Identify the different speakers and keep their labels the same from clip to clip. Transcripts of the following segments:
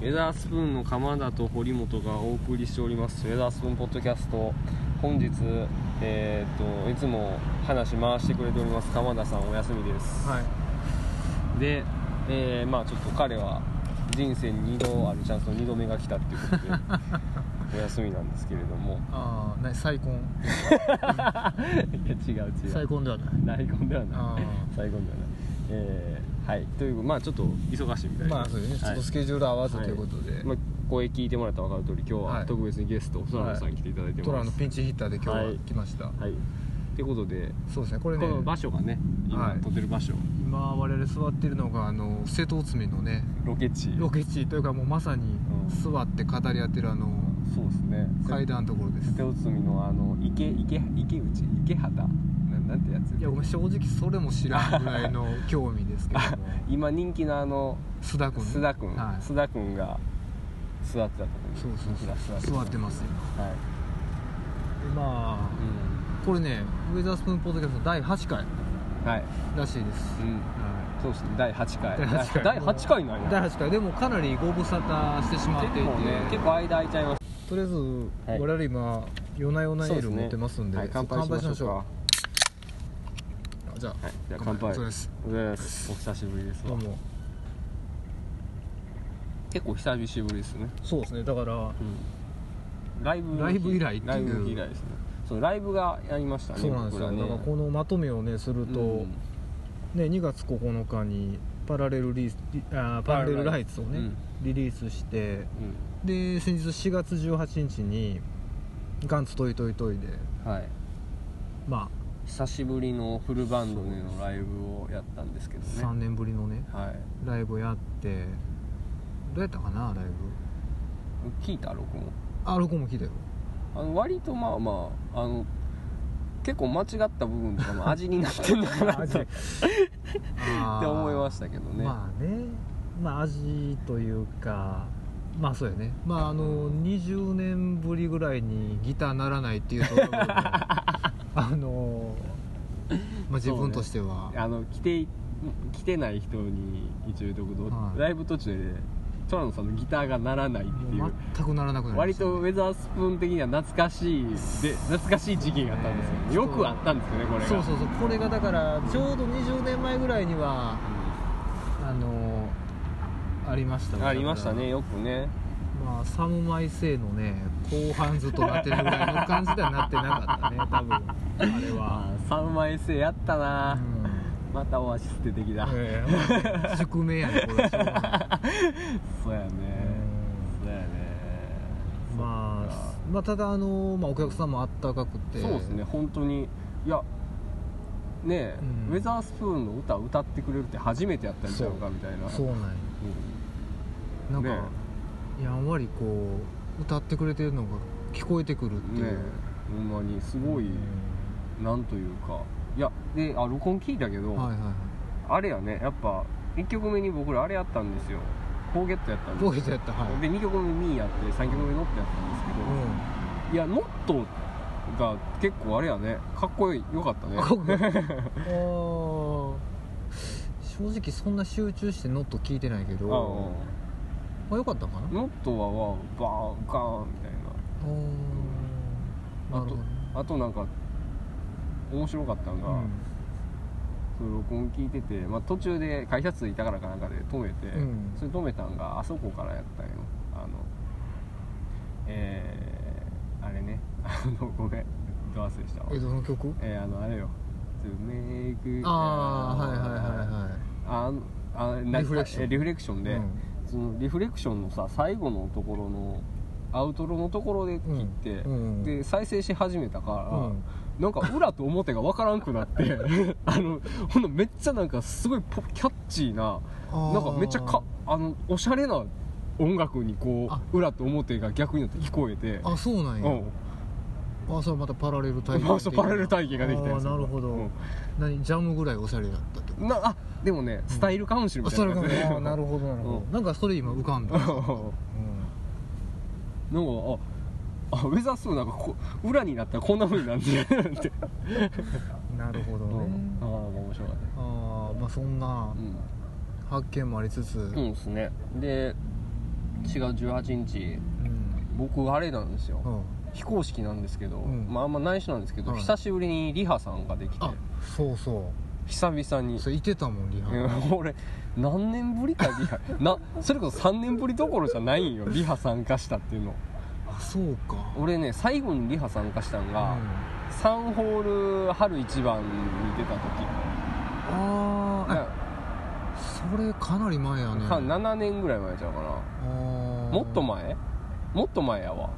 Speaker 1: ウェザースプーンの鎌田と堀本がお送りしておりますウェザースプーンポッドキャスト本日えーっといつも話回してくれております鎌田さんお休みです、
Speaker 2: はい
Speaker 1: で、えーまあちょっと彼は人生に2度あるチャンスの2度目が来たっていうことで お休みなんですけれども
Speaker 2: ああ何再婚
Speaker 1: いや違う違う
Speaker 2: 再婚ではない
Speaker 1: 大根では
Speaker 2: あ
Speaker 1: ない大根で
Speaker 2: ー
Speaker 1: はないえーはいというまあちょっと忙しいみたいな
Speaker 2: まあそうですねちょっとスケジュール合わずということで、
Speaker 1: まあ、声聞いてもらったら分かる通り今日
Speaker 2: は
Speaker 1: はい特別にゲスト、空野さん来ていただいてます、
Speaker 2: トラのピンチヒッターで今日は
Speaker 1: はい
Speaker 2: 来ました、
Speaker 1: はいってことで
Speaker 2: そうですねこ
Speaker 1: こ
Speaker 2: れね
Speaker 1: の場所がね今、
Speaker 2: はい
Speaker 1: 撮ってる場所
Speaker 2: 今我々座ってるのがあの瀬戸内海のね
Speaker 1: ロケ地
Speaker 2: ロケ地というかもうまさに
Speaker 1: う
Speaker 2: 座って語り合ってるあの
Speaker 1: そうですね
Speaker 2: 階段のところです
Speaker 1: 瀬戸内海のあの池池池内池畑なんなんてやつ
Speaker 2: いやごめん正直それも知らんぐら いの興味ですけども
Speaker 1: 今人気のあの
Speaker 2: 須田君
Speaker 1: 須田君、
Speaker 2: はい
Speaker 1: 須田君が座ってたとこに
Speaker 2: そうそう
Speaker 1: 僕ら
Speaker 2: そう座ってます今
Speaker 1: はい、
Speaker 2: でまあこれねウェザースプーンポッドキャスト第8回
Speaker 1: うん、はい、
Speaker 2: らしいです、
Speaker 1: うん、
Speaker 2: はい
Speaker 1: そうですね第8回
Speaker 2: 第八回
Speaker 1: 第8回なんや
Speaker 2: 第8回でもかなりご無沙汰してしまっていて、
Speaker 1: 結構ね結構間空いちゃいまし
Speaker 2: とりあえず、
Speaker 1: はい
Speaker 2: 我々今夜な夜なエ
Speaker 1: そう
Speaker 2: ー
Speaker 1: です
Speaker 2: ル
Speaker 1: ね
Speaker 2: 持ってますんで
Speaker 1: た、はい、乾杯しましょうかは
Speaker 2: 乾杯しましょうじゃあ、
Speaker 1: いじゃあ乾杯
Speaker 2: そうです
Speaker 1: おはようございますお久しぶりです
Speaker 2: どうも
Speaker 1: 結構久しぶりですね、
Speaker 2: そうですねだから
Speaker 1: ライブの日
Speaker 2: ライブ以来っていう
Speaker 1: ライブ以来ですねそうライブがやりましたね
Speaker 2: そうなんですよ、
Speaker 1: 僕ら
Speaker 2: だ
Speaker 1: ね
Speaker 2: からこのまとめをねすると、
Speaker 1: うん
Speaker 2: ね、2月9日にパラレルリースリあーパラレルライツをね、
Speaker 1: うん
Speaker 2: リリースしてで先日4月18日にガンツトイトイトイで
Speaker 1: うんはい
Speaker 2: ま
Speaker 1: 久しぶりのフルバンドでのライブをやったんですけど
Speaker 2: あ
Speaker 1: ね
Speaker 2: 3年ぶりのね
Speaker 1: はい
Speaker 2: ライブやってどうやったかなライブ
Speaker 1: 聞いた録音
Speaker 2: あロコも聞 いたよ
Speaker 1: あの割とまあまああの結構間違った部分とかも味になってんの かなってって思いましたけどね、
Speaker 2: まあねまあ味というかまあそうやねまああの20年ぶりぐらいにギターならないっていうとこ ろがあのまあ自分としては、
Speaker 1: あの来て来てない人に一応言うとくと、
Speaker 2: はい
Speaker 1: ライブ途中でトラノさんのギターが鳴らないってい
Speaker 2: も
Speaker 1: う
Speaker 2: う全くならなくなりま
Speaker 1: 割
Speaker 2: した、
Speaker 1: とウェザースプーン的には懐かしいで懐かしい時期があったんです
Speaker 2: えー
Speaker 1: けど、よくあったんですよねこれが
Speaker 2: そうそうそうこれがだからちょうど20年前ぐらいにはあのありました
Speaker 1: うん
Speaker 2: ね
Speaker 1: ありましたねよくね
Speaker 2: まあ、サムマイ生のね後半ずっとなってるぐらいの感じではなってな かったね多分あれは
Speaker 1: あ、ー3枚生やったな、
Speaker 2: う
Speaker 1: またオアシス出てきた、
Speaker 2: んええまあ宿命やねこれはしょう がない
Speaker 1: そうやね、
Speaker 2: う
Speaker 1: そうやね
Speaker 2: まあ、まあただあの、まあ、お客さんもあったかくて
Speaker 1: そうですね本当にいやねえ、
Speaker 2: うん
Speaker 1: ウェザースプーンの歌歌ってくれるって初めてやったんちゃうかみたいな
Speaker 2: そうなんや
Speaker 1: う
Speaker 2: なんか、
Speaker 1: ね
Speaker 2: やんわりこう歌ってくれてるのが聞こえてくるって
Speaker 1: ん
Speaker 2: いう、
Speaker 1: ねえほんまにすごい、
Speaker 2: うん
Speaker 1: なんというかいやであ録音聞いたけど、
Speaker 2: はいはいは
Speaker 1: あれやねやっぱ1曲目に僕らあれやったんですよポーゲットやったん
Speaker 2: い
Speaker 1: です
Speaker 2: ど
Speaker 1: よ
Speaker 2: ういう人やったはい、
Speaker 1: で2曲目ミーやって3曲目ノットやったんですけど、
Speaker 2: う
Speaker 1: いやノットが結構あれやねかっこよか ったね
Speaker 2: かっこよかん、あー正直そんな集中してノット聞いてないけど
Speaker 1: ああ
Speaker 2: まあ、よかったんかな
Speaker 1: ノットはバーンガーンみたいな
Speaker 2: お
Speaker 1: あ
Speaker 2: ーなるほどね
Speaker 1: とあとなんか面白かったのが、その録音聞いてて、まあ、途中で会社着いたからかなんかで止めて、
Speaker 2: うん
Speaker 1: それ止めたんがあそこからやったんよあのえー、あれね あのごめんど忘れしたわ
Speaker 2: うん、江戸の曲
Speaker 1: えー、あのあれよ「To make
Speaker 2: ああはいはい
Speaker 1: い
Speaker 2: は
Speaker 1: あのあの
Speaker 2: リフレクション
Speaker 1: えリフレクション
Speaker 2: いはい
Speaker 1: で、
Speaker 2: うん
Speaker 1: そのリフレクションのさ最後のところのアウトロのところで切って、
Speaker 2: うんうん
Speaker 1: で再生し始めたから、
Speaker 2: うん
Speaker 1: なんか裏と表が分からんくなって あのほんのめっちゃなんかすごいポキャッチーな
Speaker 2: あー
Speaker 1: なんかめっちゃかあのおしゃれな音楽にこ
Speaker 2: あ
Speaker 1: う裏と表が逆になって聞こえて
Speaker 2: あそうなん
Speaker 1: う
Speaker 2: や、
Speaker 1: ん
Speaker 2: あそれまたパラレル体験
Speaker 1: まあ そうパラレル体験ができた
Speaker 2: あ
Speaker 1: や
Speaker 2: あ
Speaker 1: つ
Speaker 2: なるほど、
Speaker 1: うん
Speaker 2: 何ジャムぐらいおしゃれだったってこ
Speaker 1: なあでもねスタイルカウンシル
Speaker 2: と
Speaker 1: みた
Speaker 2: あそ
Speaker 1: い
Speaker 2: れ
Speaker 1: な
Speaker 2: か
Speaker 1: やつ
Speaker 2: もねあーなるほどなるほど、
Speaker 1: うん
Speaker 2: なんかそれ今浮かんだ、
Speaker 1: なんかああウェザースーなんかこう裏になったらこんな風になるんねやって、
Speaker 2: うん、なるほど
Speaker 1: う
Speaker 2: ね、
Speaker 1: ん、ああ面白かっ
Speaker 2: ああまあそんな
Speaker 1: たうん
Speaker 2: 発見もありつつ、
Speaker 1: そうですねで4月18日
Speaker 2: うん
Speaker 1: 僕あれなんですよ、
Speaker 2: うん
Speaker 1: 非公式なんですけど、
Speaker 2: ん
Speaker 1: まああんま内緒なんですけど、
Speaker 2: はい
Speaker 1: 久しぶりにリハさんができて
Speaker 2: あそうそ
Speaker 1: 久々に
Speaker 2: うそれいてたもんリハ
Speaker 1: いや 俺何年ぶりかリハなそれこそ3年ぶりどころじゃないんよリハ参加したっていうの
Speaker 2: あそうか
Speaker 1: 俺ね最後にリハ参加したん
Speaker 2: うん
Speaker 1: が、3ホール春一番に出た時、
Speaker 2: あーえそれかなり前やね
Speaker 1: か7年ぐらい前ちゃうかな、も
Speaker 2: も
Speaker 1: っと前もっと前やわ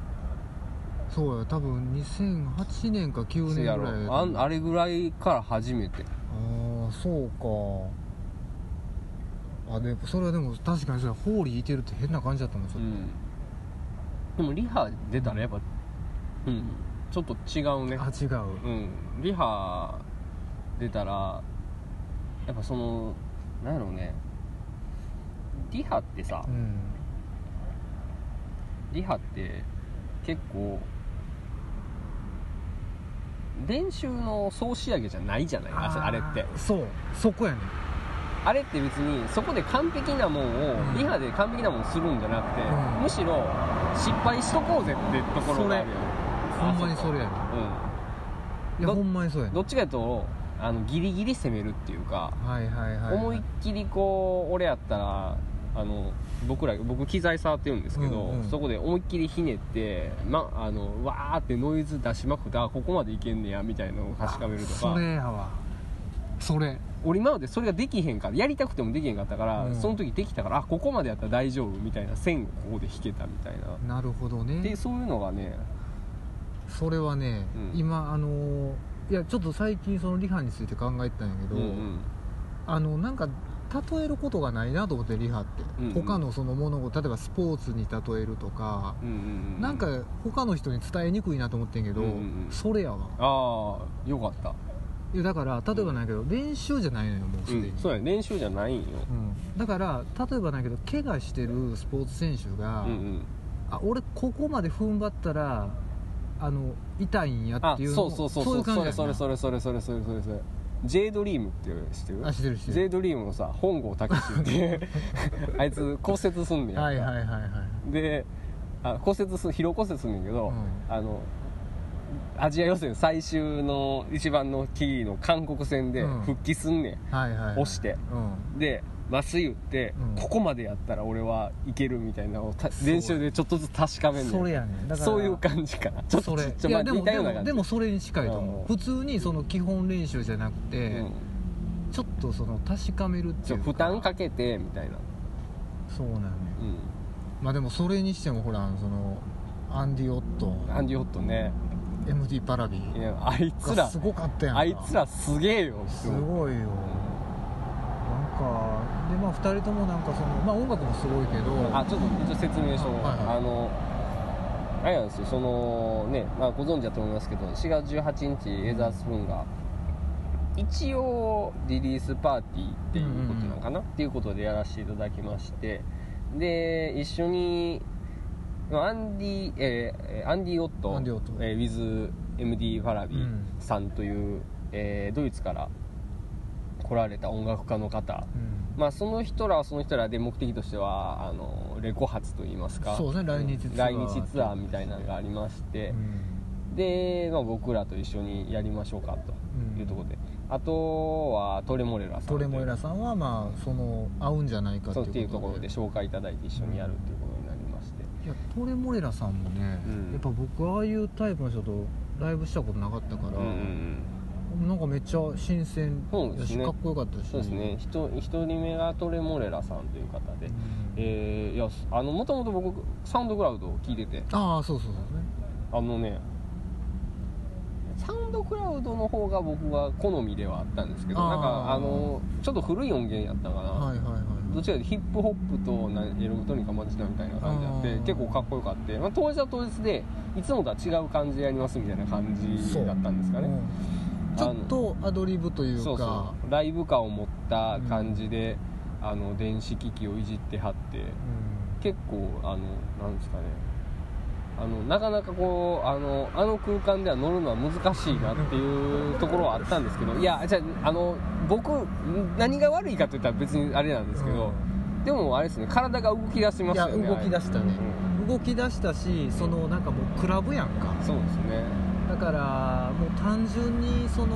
Speaker 2: そうや多分2008年か9
Speaker 1: せ
Speaker 2: 年ぐら
Speaker 1: や
Speaker 2: い
Speaker 1: ろ
Speaker 2: やと
Speaker 1: あ
Speaker 2: 思
Speaker 1: ん
Speaker 2: う
Speaker 1: あれぐらいから初めて
Speaker 2: ああそうかあでもそれはでも確かにそれホーリーいてるって変な感じだったもんちょ
Speaker 1: う
Speaker 2: っ
Speaker 1: ん
Speaker 2: と
Speaker 1: でもリハ出たらやっぱうんちょっと違うね
Speaker 2: あ違
Speaker 1: う
Speaker 2: う
Speaker 1: んリハ出たらやっぱそのなんやろうねリハってさ
Speaker 2: うん
Speaker 1: リハって結構練習の総仕上げじゃないじゃないあ
Speaker 2: ー
Speaker 1: あれって
Speaker 2: そうそこやね
Speaker 1: あれって別にそこで完璧なもんを、
Speaker 2: うん
Speaker 1: リハで完璧なもんするんじゃなくて、
Speaker 2: うん
Speaker 1: むしろ失敗しとこうぜってところがあるよね
Speaker 2: ほんまにそれやねいや
Speaker 1: ど
Speaker 2: ほんまにそうや
Speaker 1: うん
Speaker 2: ね
Speaker 1: どっちかというとあのギリギリ攻めるっていうか
Speaker 2: はいはいはい
Speaker 1: 思いっきりこう俺やったらあの僕ら僕機材触ってるんですけど、
Speaker 2: うんうん
Speaker 1: そこで思いっきりひねって、ま、あのわーってノイズ出しまくってあここまでいけんねやみたいなのを確かめると
Speaker 2: そ
Speaker 1: か
Speaker 2: れやわそれ
Speaker 1: 俺今までそれができへんからやりたくてもできへんかったから、
Speaker 2: うん
Speaker 1: その時できたからあここまでやったら大丈夫みたいな線をここで引けたみたいな、
Speaker 2: なるほど
Speaker 1: で
Speaker 2: ね
Speaker 1: そういうのがね
Speaker 2: それはね、
Speaker 1: うん
Speaker 2: 今あのーいやちょっと最近そのリハについて考えてたんやけ
Speaker 1: う
Speaker 2: ど、
Speaker 1: んうん
Speaker 2: あのなんか例えることがないなと思ってリハって、
Speaker 1: うんうん
Speaker 2: 他のその物事例えばスポーツに例えるとか、
Speaker 1: うんうんうん
Speaker 2: なんか他の人に伝えにくいなと思ってんけど、
Speaker 1: うんうんうん
Speaker 2: それやわ
Speaker 1: ああよかった、
Speaker 2: いやだから例えばなんやけど、練習じゃないのよもうす
Speaker 1: う
Speaker 2: でに、
Speaker 1: ん、そうや練習じゃないんよ、
Speaker 2: うんだから例えばなんやけど怪我してるスポーツ選手が、
Speaker 1: うんうん、
Speaker 2: あ俺ここまで踏ん張ったらあの痛いんや
Speaker 1: あ
Speaker 2: っていうの
Speaker 1: そ
Speaker 2: を
Speaker 1: うそうそう
Speaker 2: そういう感じやん
Speaker 1: れ
Speaker 2: な
Speaker 1: それそれそれそれそれそれそれ J ドリームって知ってる
Speaker 2: あしてるして
Speaker 1: J
Speaker 2: る
Speaker 1: ドリームのさ本郷武史って あいつ骨折すんねんやんか
Speaker 2: はいはいはいはい、
Speaker 1: であ骨折す疲労骨折すんねんけど、
Speaker 2: うん
Speaker 1: あのアジア予選最終の一番のキーの韓国戦で
Speaker 2: うん
Speaker 1: 復帰すんね
Speaker 2: はいはいはい
Speaker 1: 押して
Speaker 2: うん
Speaker 1: ん、で麻酔打って、
Speaker 2: うん
Speaker 1: ここまでやったら俺はいけるみたいなのをた
Speaker 2: そう
Speaker 1: 練習でちょっとずつ確かめんねん
Speaker 2: それやねんだから
Speaker 1: そういう感じかなちょっ
Speaker 2: そ
Speaker 1: と
Speaker 2: れ
Speaker 1: ちっちゃ
Speaker 2: い
Speaker 1: まあ
Speaker 2: やでも
Speaker 1: 似た
Speaker 2: で
Speaker 1: ような感
Speaker 2: も
Speaker 1: じ
Speaker 2: でもそれに近いと思う、
Speaker 1: うん
Speaker 2: 普通にその基本練習じゃなくて、
Speaker 1: うん
Speaker 2: ちょっとその確かめるって
Speaker 1: ち
Speaker 2: い
Speaker 1: ょ
Speaker 2: う
Speaker 1: 負担かけてみたいな
Speaker 2: そうなんね
Speaker 1: う
Speaker 2: まあでもそれにしてもほらそのアンディ・オットン
Speaker 1: んアンディ・ホットね
Speaker 2: MD パラビ
Speaker 1: いやあいつ
Speaker 2: が
Speaker 1: ら
Speaker 2: すごかったやんか
Speaker 1: あいつらすげえよ
Speaker 2: すごいよなんかでまあ2人ともなんかそのまあ音楽もすごいけど
Speaker 1: あちょっと一応説明しよう、
Speaker 2: はいはい
Speaker 1: あのあれなんですよそのね、まあ、ご存知だと思いますけど4月18日エザースプーンが一応リリースパーティーっていうことなのかな、っていうことでやらせていただきましてで一緒にまあアンディ、えーえーアンディ・オット
Speaker 2: アンディオット
Speaker 1: えー、with MD ファラビ
Speaker 2: うん
Speaker 1: さんという、えードイツから来られた音楽家の方
Speaker 2: うん
Speaker 1: まあ、その人らはその人らで目的としてはあのレコ発といいますか
Speaker 2: そうですね来日ツアー
Speaker 1: ん来日ツアーみたいなのがありまして、で、まあ、僕らと一緒にやりましょうかと
Speaker 2: うん
Speaker 1: いうところで、あとはトレモレラさん
Speaker 2: トレモエラさんはまあその合うんじゃないかって
Speaker 1: そ
Speaker 2: いうう
Speaker 1: っていうところで紹介いただいて一緒にやるっていうことになりまして、
Speaker 2: いやトレモレラさんもね、
Speaker 1: うん
Speaker 2: やっぱ僕ああいうタイプの人とライブしたことなかったから、
Speaker 1: うんうんうん
Speaker 2: なんかめっちゃ新鮮
Speaker 1: そうですね
Speaker 2: やしかっこよかったし
Speaker 1: そうですね、ひと一人目がトレモレラさんという方で、えーいやあのもともと僕サウンドクラウドを聞いてて
Speaker 2: ああそうそうそうね
Speaker 1: あのねサウンドクラウドの方が僕は好みではあったんですけど
Speaker 2: あー
Speaker 1: なんかあのちょっと古い音源やったかな、
Speaker 2: はいはいはい
Speaker 1: どちらかというとヒップホップとなエロクトニカ混じったみたいな感じあって
Speaker 2: あー
Speaker 1: 結構かっこよかって、まあ、当日は当日でいつもとは違う感じでやりますみたいな感じだったんですかね
Speaker 2: うんちょっとアドリブというか
Speaker 1: そうそうライブ感を持った感じで、あの電子機器をいじってはって
Speaker 2: うん
Speaker 1: 結構あのなんですかねあのなかなかこうあのあの空間では乗るのは難しいなっていうところはあったんですけどいやじゃああの僕何が悪いかといったら別にあれなんですけど、でもあれですね体が動き出しま
Speaker 2: い
Speaker 1: し
Speaker 2: や
Speaker 1: たよね
Speaker 2: 動き出したね
Speaker 1: あれ
Speaker 2: 動き出したしそのなんかもうクラブやんか
Speaker 1: うんそうですね
Speaker 2: だからもう単純にその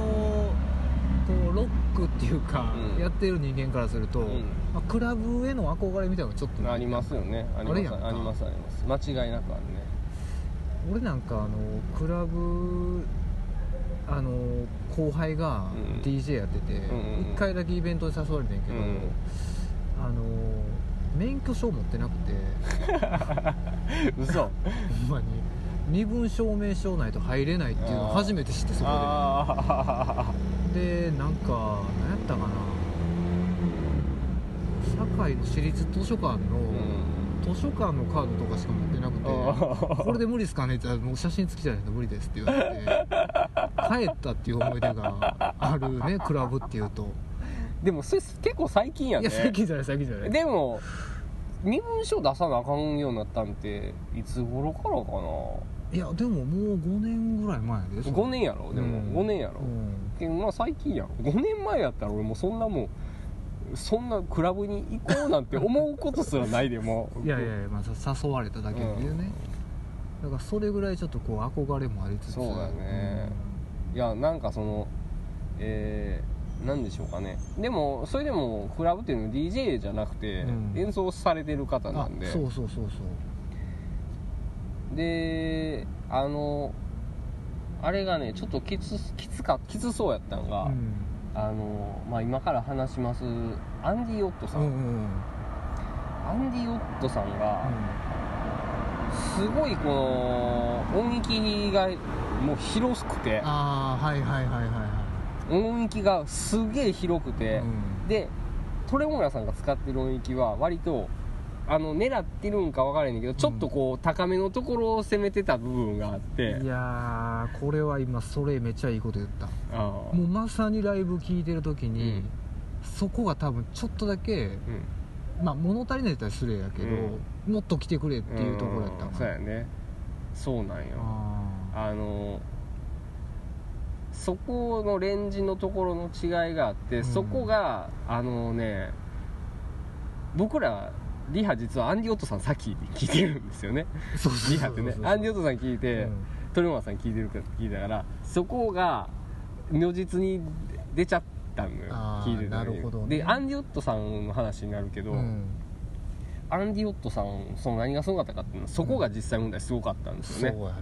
Speaker 2: こうロックっていうか、
Speaker 1: うん
Speaker 2: やってる人間からすると、
Speaker 1: ん
Speaker 2: まあクラブへの憧れみたいなのちょっとね
Speaker 1: ありますよねあります
Speaker 2: あれやんか
Speaker 1: ありますあります間違いなくあるね
Speaker 2: 俺なんかあのクラブあの後輩が
Speaker 1: うん
Speaker 2: DJ やってて、一
Speaker 1: うんうんうん
Speaker 2: 1回だけイベントに誘われてんけど、
Speaker 1: うん
Speaker 2: あの免許証持ってなく て
Speaker 1: 嘘
Speaker 2: ほんまに身分証明書ないと入れないっていうのを初めて知ってそこで。
Speaker 1: あ
Speaker 2: でなんか何やったかな堺の私立図書館
Speaker 1: ーう
Speaker 2: の、
Speaker 1: ん
Speaker 2: 図書館のカードとかしか持ってなくて「これで無理ですかね?」って言ったら「もう写真付きじゃないと無理です」って言われて帰ったっていう思い出がある ねクラブっていうと、
Speaker 1: でもそれ結構最近や
Speaker 2: い
Speaker 1: ね
Speaker 2: や最近じゃない最近じゃない
Speaker 1: でも身分証出さなあかんようになったんていつ頃から
Speaker 2: いやでももう5年ぐらい前で
Speaker 1: かな5年やろでも、
Speaker 2: うん
Speaker 1: 5年やろ、
Speaker 2: うん
Speaker 1: でもまあ最近やん5年前やったら俺もうそんなもうそんなクラブに行こうなんて思うことすらないでも
Speaker 2: いやいやいや、まあ、さ誘われただけっていうね、だからそれぐらいちょっとこう憧れもありつつ
Speaker 1: そうだねいやなんかそのえー、なんでしょうかねでもそれでもクラブっていうのは DJ じゃなくて、
Speaker 2: うん
Speaker 1: 演奏されてる方なんで
Speaker 2: あそうそうそうそう
Speaker 1: であのあれがねちょっときつきつかきつそうやったんが、
Speaker 2: うん
Speaker 1: あの、まあ、今から話しますアンディ・オットさん、
Speaker 2: うんうんうん
Speaker 1: アンディ・オットさんがすごいこの音域がもう広くて
Speaker 2: ああはいはいはいはいは
Speaker 1: 音域がすげえ広く
Speaker 2: い、
Speaker 1: て、でトレモラさんが使ってる音域は割とあの狙ってるんか分からへんねんけど、ちょっとこう高めのところを攻めてた部分があって
Speaker 2: うんいやーこれは今それめっちゃいいこと言った
Speaker 1: あー
Speaker 2: もうまさにライブ聴いてる時に、
Speaker 1: うん
Speaker 2: そこが多分ちょっとだけ
Speaker 1: うん
Speaker 2: まあ物足りないとは失礼やけど、もっと来てくれっていうところやった
Speaker 1: うん
Speaker 2: か
Speaker 1: そう
Speaker 2: な
Speaker 1: やねそうなんよ
Speaker 2: あ
Speaker 1: あのそこのレンジのところの違いがあって、
Speaker 2: ん
Speaker 1: そこがあのね僕らリハ実はアンディ・オットさんさっき聞いてるんです よね
Speaker 2: ーそうそう
Speaker 1: リ
Speaker 2: そ
Speaker 1: ハ
Speaker 2: う
Speaker 1: って
Speaker 2: そう
Speaker 1: ね
Speaker 2: そう
Speaker 1: アンディ・オットさん聞いて、
Speaker 2: うん
Speaker 1: 鳥山さん聞いてるか聞いたからそこが如実に出ちゃったのよ
Speaker 2: あー
Speaker 1: 聞いてたのに
Speaker 2: なるほどね
Speaker 1: でアンディ・オットさんの話になるけど、
Speaker 2: うん
Speaker 1: アンディ・オットさんその何がすごかったかっていうのはそこが実際問題すごかったんです
Speaker 2: そう
Speaker 1: よ
Speaker 2: や
Speaker 1: ね、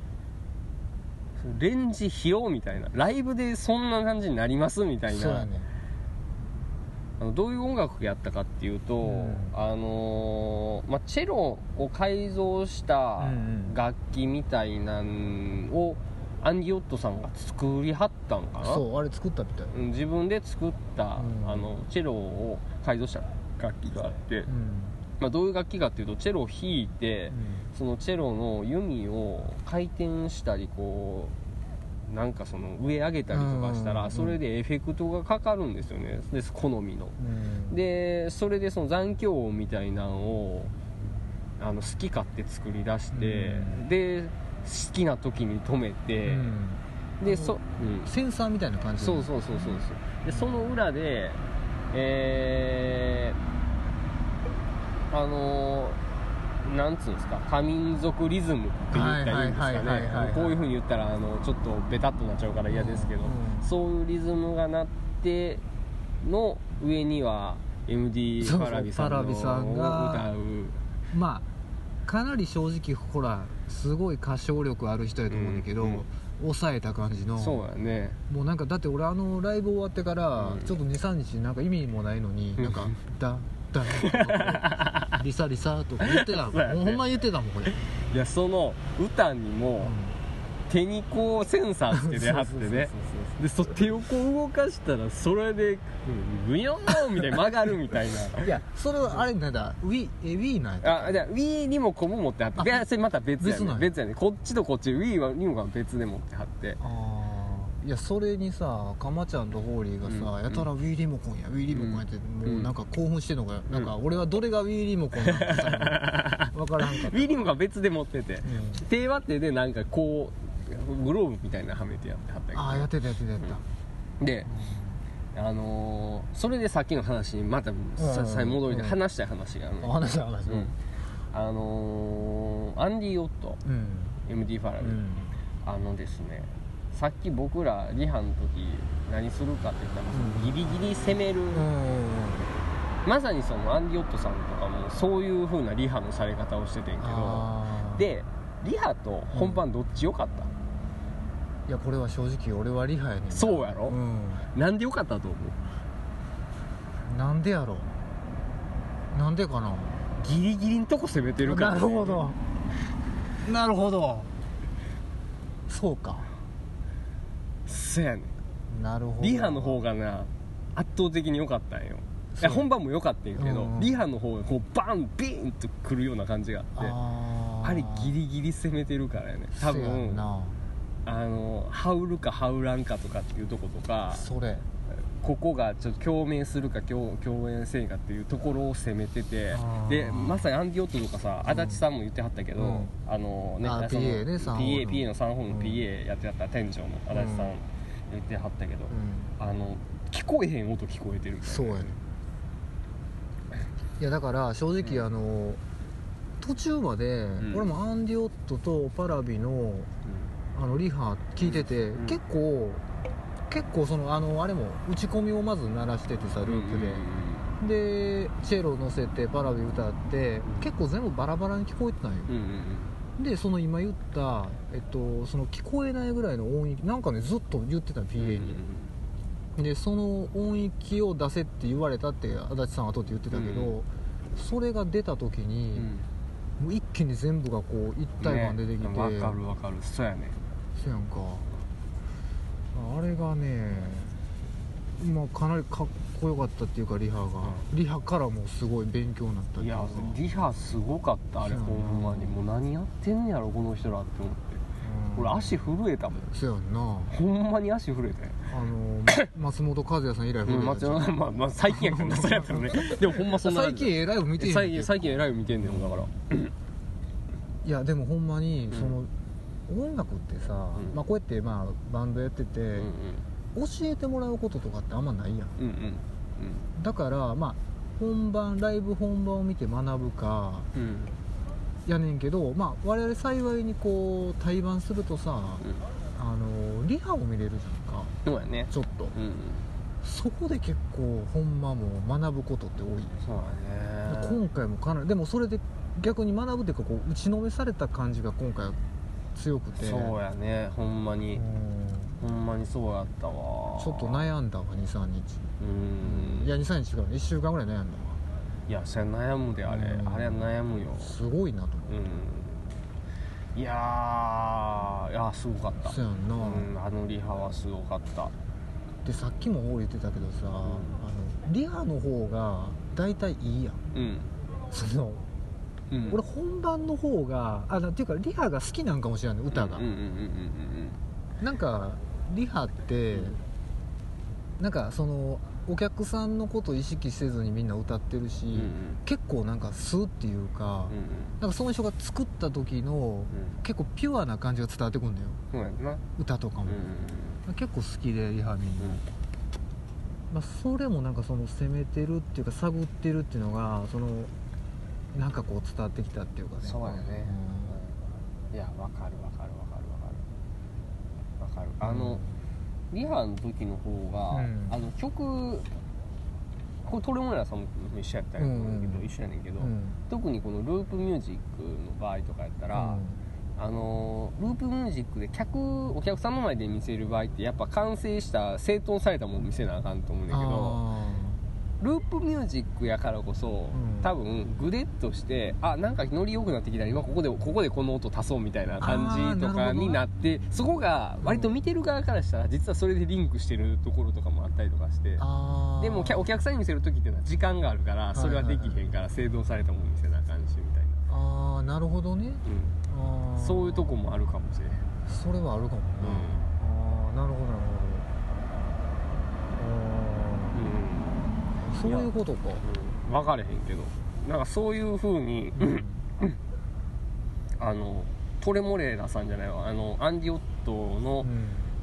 Speaker 1: レンジ広みたいなライブでそんな感じになりますみたい
Speaker 2: そう
Speaker 1: な、
Speaker 2: やね
Speaker 1: あのどういう音楽やったかっていうと、
Speaker 2: うん
Speaker 1: あのーまあ、チェロを改造した
Speaker 2: うんうん
Speaker 1: 楽器みたいなんをアンディ・オットさんが作りはったんかな
Speaker 2: そうあれ作ったみたい、
Speaker 1: うん自分で作った、
Speaker 2: うん
Speaker 1: あのチェロを改造した楽器があって、
Speaker 2: うん
Speaker 1: まあ、どういう楽器かっていうとチェロを弾いて、
Speaker 2: う
Speaker 1: そのチェロの弓を回転したりこうなんかその上上げたりとかした
Speaker 2: うんうんう
Speaker 1: ら
Speaker 2: ん
Speaker 1: それでエフェクトがかかるんですよねで好みの
Speaker 2: んうん
Speaker 1: でそれでその残響音みたいなのをあの好き勝手作り出して
Speaker 2: うん
Speaker 1: で好きな時に止めて
Speaker 2: うん
Speaker 1: でそ、うん、
Speaker 2: センサーみたいな感じ
Speaker 1: そうそうそうそうそうでその裏でえー、あのーなんつうんですか多民族リズムって言ったらいいんですか
Speaker 2: はいはいはいはいは
Speaker 1: ね
Speaker 2: い
Speaker 1: こういうふうに言ったらあのちょっとベタっとなっちゃうから嫌ですけど、
Speaker 2: うんうん
Speaker 1: そういうリズムが鳴っての上には MD
Speaker 2: そう
Speaker 1: パ
Speaker 2: そう
Speaker 1: ラビさんの
Speaker 2: ファラビさんが
Speaker 1: 歌う
Speaker 2: まあかなり正直ほらすごい歌唱力ある人やと思うんだけど、
Speaker 1: うんうん
Speaker 2: 抑えた感じの
Speaker 1: そうやね
Speaker 2: もうなんかだって俺あのライブ終わってから
Speaker 1: うん
Speaker 2: ちょっと23日なんか意味もないのに、
Speaker 1: うん
Speaker 2: なんか「ダダとかリサリサ」とか言ってた もん
Speaker 1: そうやね
Speaker 2: もうほんま言ってたもんこれ、
Speaker 1: いやその歌にも、手にこうセンサーつけてはってねでそ手をこう動かしたらそれでうんグヨーンみたいに曲がるみたい
Speaker 2: うんいやそれはあれなんだウィえウィーなんや
Speaker 1: なあじゃあ Wii にもコブ持ってはって
Speaker 2: あ
Speaker 1: でそれまた別や
Speaker 2: 別なん
Speaker 1: ね
Speaker 2: や
Speaker 1: 別やねこっちとこっち Wii はにもが別で持ってはって
Speaker 2: あーいやそれにさかまちゃんとホーリーがさ、
Speaker 1: うん
Speaker 2: やたら「ウィーリモコンやウィーリモコンや」って、
Speaker 1: ん
Speaker 2: もうなんか興奮してんのが、なんか俺はどれがウィーリモコンなの かさわからんかった、
Speaker 1: Wii にもが別で持ってて
Speaker 2: うん
Speaker 1: 手は手でなんかこうグローブみたいなのはめてやってはったけど
Speaker 2: ああやってたやってたやっ
Speaker 1: であのーそれでさっきの話にまたさ再戻りで
Speaker 2: うん
Speaker 1: 話したい話がある
Speaker 2: あ
Speaker 1: の、
Speaker 2: 話だ話
Speaker 1: う
Speaker 2: だ
Speaker 1: んあのーアンディ・オット
Speaker 2: うん
Speaker 1: MD ファラ
Speaker 2: う
Speaker 1: ル、
Speaker 2: ん
Speaker 1: あのですねさっき僕らリハの時何するかって言ったら、
Speaker 2: うん
Speaker 1: ギリギリ攻める、
Speaker 2: うん
Speaker 1: まさにそのアンディ・オットさんとかもそういう風なリハのされ方をしててんけど
Speaker 2: あー
Speaker 1: でリハと本番どっち良かった、
Speaker 2: いやこれは正直俺はリハやねんな
Speaker 1: そうやろ
Speaker 2: う
Speaker 1: なんで良かったと思うん
Speaker 2: なんでやろなんでかな
Speaker 1: ギリギリのとこ攻めてるから、
Speaker 2: な
Speaker 1: ね、
Speaker 2: るほどなるほどそうか
Speaker 1: そうやねん
Speaker 2: なるほど
Speaker 1: リハの方がな圧倒的に良かったんよいや
Speaker 2: そう
Speaker 1: 本番も良かったんやけど、
Speaker 2: うん
Speaker 1: リハの方がこうバンビーンとくるような感じがあってあ
Speaker 2: あ
Speaker 1: れギリギリ攻めてるからやね多分
Speaker 2: な
Speaker 1: あの羽織るか羽織らんかとかっていうとことか
Speaker 2: それ
Speaker 1: ここがちょっと共鳴するか共共演せんかっていうところを攻めてて
Speaker 2: あー
Speaker 1: でまさにアンディ・オットとかさ
Speaker 2: うん
Speaker 1: 足立さんも言ってはったけど、
Speaker 2: うん
Speaker 1: あのね
Speaker 2: あー
Speaker 1: その
Speaker 2: PA ね三本の
Speaker 1: PA, PA の3本
Speaker 2: う
Speaker 1: の
Speaker 2: ん
Speaker 1: PA やってはった店長の足立さん
Speaker 2: うん
Speaker 1: 言ってはったけど、
Speaker 2: うん
Speaker 1: あの聞こえへん音聞こえてるみたいな
Speaker 2: そうやねいやだから正直、
Speaker 1: うん
Speaker 2: あの途中まで、
Speaker 1: ん
Speaker 2: 俺もアンディ・オットとパラビのあのリハ聞いてて、
Speaker 1: うん
Speaker 2: 結構結構そのあのあれも打ち込みをまず鳴らしててさ
Speaker 1: うん
Speaker 2: ループで、でチェロ乗せてパラビ歌って結構全部バラバラに聞こえてたんよ、
Speaker 1: うんうんうん
Speaker 2: でその今言った、えっと、その聞こえないぐらいの音域なんかねずっと言ってたの
Speaker 1: うんうん
Speaker 2: PA に、でその音域を出せって言われたって足立さんは後って言ってたけど、
Speaker 1: う
Speaker 2: それが出た時
Speaker 1: うん
Speaker 2: に、もう一気に全部がこう一体感出てきて、
Speaker 1: ねわ、かるわかるそうやね
Speaker 2: そやんかあれがね、まあ、かなりかっこよかったっていうかリハが、リハからもすごい勉強になったって
Speaker 1: い
Speaker 2: いうか
Speaker 1: やリハすごかったあれ
Speaker 2: そうや
Speaker 1: ほ
Speaker 2: なん
Speaker 1: まにもう何やってんねやろこの人らって思って
Speaker 2: うん
Speaker 1: 俺足震えたもん
Speaker 2: そやんな
Speaker 1: ほんまに足震えたよ
Speaker 2: あの松本和也さん以来
Speaker 1: うん
Speaker 2: 震え
Speaker 1: 松
Speaker 2: たや
Speaker 1: 本さんまあまあ最近やけ どなそれやったらねでもほんま
Speaker 2: つ
Speaker 1: そんな
Speaker 2: 最
Speaker 1: 感じ
Speaker 2: 近えらいを見てへん
Speaker 1: 最
Speaker 2: け
Speaker 1: 近
Speaker 2: ど
Speaker 1: 最近偉い見てんねんだから
Speaker 2: いやでもほんまに
Speaker 1: ん
Speaker 2: その、音楽ってさ、
Speaker 1: うん
Speaker 2: まあ、こうやってまあバンドやってて、
Speaker 1: うん
Speaker 2: 教えてもらうこととかってあんまないやん
Speaker 1: うんうん
Speaker 2: だからまあ本番ライブ本番を見て学ぶか
Speaker 1: うんうん
Speaker 2: やねんけど、まあ、我々幸いにこう対バンするとさ、
Speaker 1: うん
Speaker 2: あのリハを見れるじゃんか
Speaker 1: そうやね
Speaker 2: ちょっと
Speaker 1: うんうん
Speaker 2: そこで結構本番も学ぶことって多いよ
Speaker 1: そうやね
Speaker 2: 今回もかなりでもそれで逆に学ぶっていうかこう打ちのめされた感じが今回は強くて
Speaker 1: そうやねほんまに
Speaker 2: うん
Speaker 1: ほんまにそうやったわ
Speaker 2: ちょっと悩んだわ23日
Speaker 1: うん
Speaker 2: いや23日違う1週間ぐらい悩んだわ
Speaker 1: いやそれ悩むであれ
Speaker 2: うん
Speaker 1: あれは悩むよ
Speaker 2: すごいなと思って
Speaker 1: うんいやーいやすごかった
Speaker 2: そうやんな、
Speaker 1: うんあのリハはすごかった
Speaker 2: でさっきも俺言ってたけどさ、あのリハの方が大体いいやん
Speaker 1: うん
Speaker 2: その
Speaker 1: うん
Speaker 2: 俺本番の方があなっていうかリハが好きなんかもしれない歌が、
Speaker 1: うんうんうんうん
Speaker 2: なんかリハって、なんかそのお客さんのこと意識せずにみんな歌ってるし、
Speaker 1: うんうんうん
Speaker 2: 結構なんかスっていうか、
Speaker 1: うん
Speaker 2: なんかその人が作った時の、
Speaker 1: うんうん
Speaker 2: 結構ピュアな感じが伝わってくるんだよ
Speaker 1: そうやんな
Speaker 2: 歌とかも、
Speaker 1: うんうん
Speaker 2: 結構好きでリハ見に、まあ、それもなんかその攻めてるっていうか探ってるっていうのがそのなんかこう伝わってきたっていうかね
Speaker 1: そうやねうんいやわかるわかるわかるわかるわかるあのリハの時の方が
Speaker 2: うん
Speaker 1: あの曲これトレモネラさんも一緒やったんやと思うけ
Speaker 2: う
Speaker 1: ど
Speaker 2: ん
Speaker 1: 一緒やねんけど
Speaker 2: うん
Speaker 1: 特にこのループミュージックの場合とかやったら、あのーループミュージックで客お客さんの前で見せる場合ってやっぱ完成した整頓されたもの見せなあかんと思うんだけど
Speaker 2: あ
Speaker 1: ループミュージックやからこそ、
Speaker 2: うん
Speaker 1: 多分グレッとしてあなんかノリ良くなってきた今ここでここでこの音足そうみたいな感じと
Speaker 2: あーなる
Speaker 1: か
Speaker 2: ほどね
Speaker 1: になってそこが割と見てる側からしたら実はそれでリンクしてるところとかもあったりとかして
Speaker 2: ーあー
Speaker 1: でもきゃお客さんに見せる時っていうのは時間があるからそれはできへんから整頓されたもの見せなあかんしみたいな。
Speaker 2: あーなるほどね
Speaker 1: うん
Speaker 2: あー
Speaker 1: そういうとこもあるかもしれへん、
Speaker 2: それはあるかもな、ああーなるほどなるほどあー、そういうことか
Speaker 1: うん分かれへんけどなんかそういうふうに、あのトレモレーナさんじゃないわあのアンディ・オット
Speaker 2: う
Speaker 1: の
Speaker 2: ん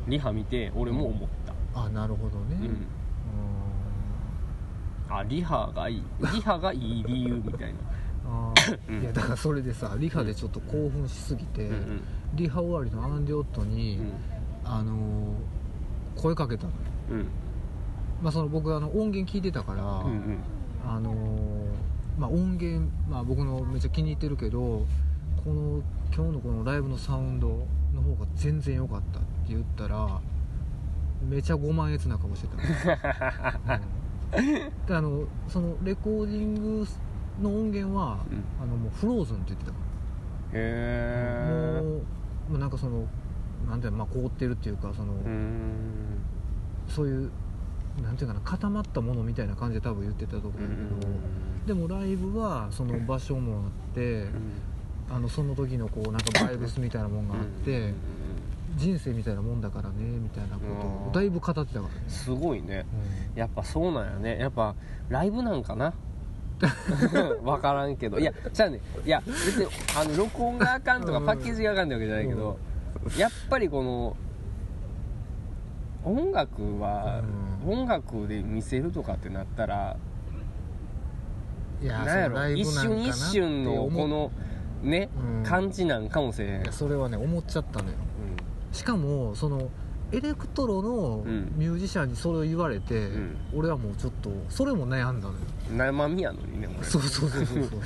Speaker 1: リハ見て俺も思った、
Speaker 2: あなるほどね、
Speaker 1: うん
Speaker 2: うん
Speaker 1: あリハがいいリハがいい理由みたいな
Speaker 2: あ
Speaker 1: う
Speaker 2: ー
Speaker 1: ん
Speaker 2: いやだからそれでさリハでちょっと興奮しすぎて、
Speaker 1: うんうん
Speaker 2: リハ終わりのアンディオットに、あのー声かけたのよ、
Speaker 1: うんうん
Speaker 2: まあ、その僕あの音源聞いてたから、
Speaker 1: うんうん
Speaker 2: あのーまあ、音源、まあ、僕のめっちゃ気に入ってるけどこの今日のこのライブのサウンドの方が全然良かったって言ったらめちゃご満悦な顔して た、うんであのそのレコーディングの音源は、
Speaker 1: うん
Speaker 2: あのもうフローズンって言ってたか
Speaker 1: へ
Speaker 2: ら、
Speaker 1: え
Speaker 2: もうもうなんかそのなんていうの、まあ、凍ってるっていうかその、
Speaker 1: うーん
Speaker 2: そういうなんていうかな固まったものみたいな感じで多分言ってたと思う
Speaker 1: う
Speaker 2: け
Speaker 1: ん
Speaker 2: ど、
Speaker 1: うん
Speaker 2: でもライブはその場所もあってあのその時のこうなんかバイブスみたいなもんがあって人生みたいなもんだからねみたいなこと
Speaker 1: う
Speaker 2: を
Speaker 1: ん
Speaker 2: だいぶ語ってたからね、
Speaker 1: すごいねやっぱそうなんやねやっぱライブなんか な分からんけどいやじゃあねいや別にあの録音があかんとか
Speaker 2: うん
Speaker 1: パッケージがあかんってわけじゃないけど、やっぱりこの音楽は、
Speaker 2: うん
Speaker 1: 音楽で見せるとかってなったら
Speaker 2: い
Speaker 1: な
Speaker 2: や
Speaker 1: んや
Speaker 2: そうラ
Speaker 1: ろ
Speaker 2: イ
Speaker 1: 一
Speaker 2: ブなんかな
Speaker 1: 瞬一瞬のこのね、
Speaker 2: うん
Speaker 1: 感じなんかもしれへん
Speaker 2: いやそれはね思っちゃったのよしかもそのエレクトロの
Speaker 1: うん
Speaker 2: ミュージシャンにそれを言われて、
Speaker 1: ん
Speaker 2: 俺はもうちょっとそれも悩んだのよ
Speaker 1: うん、生身やのにねこれ
Speaker 2: そうそうそうそうそうそう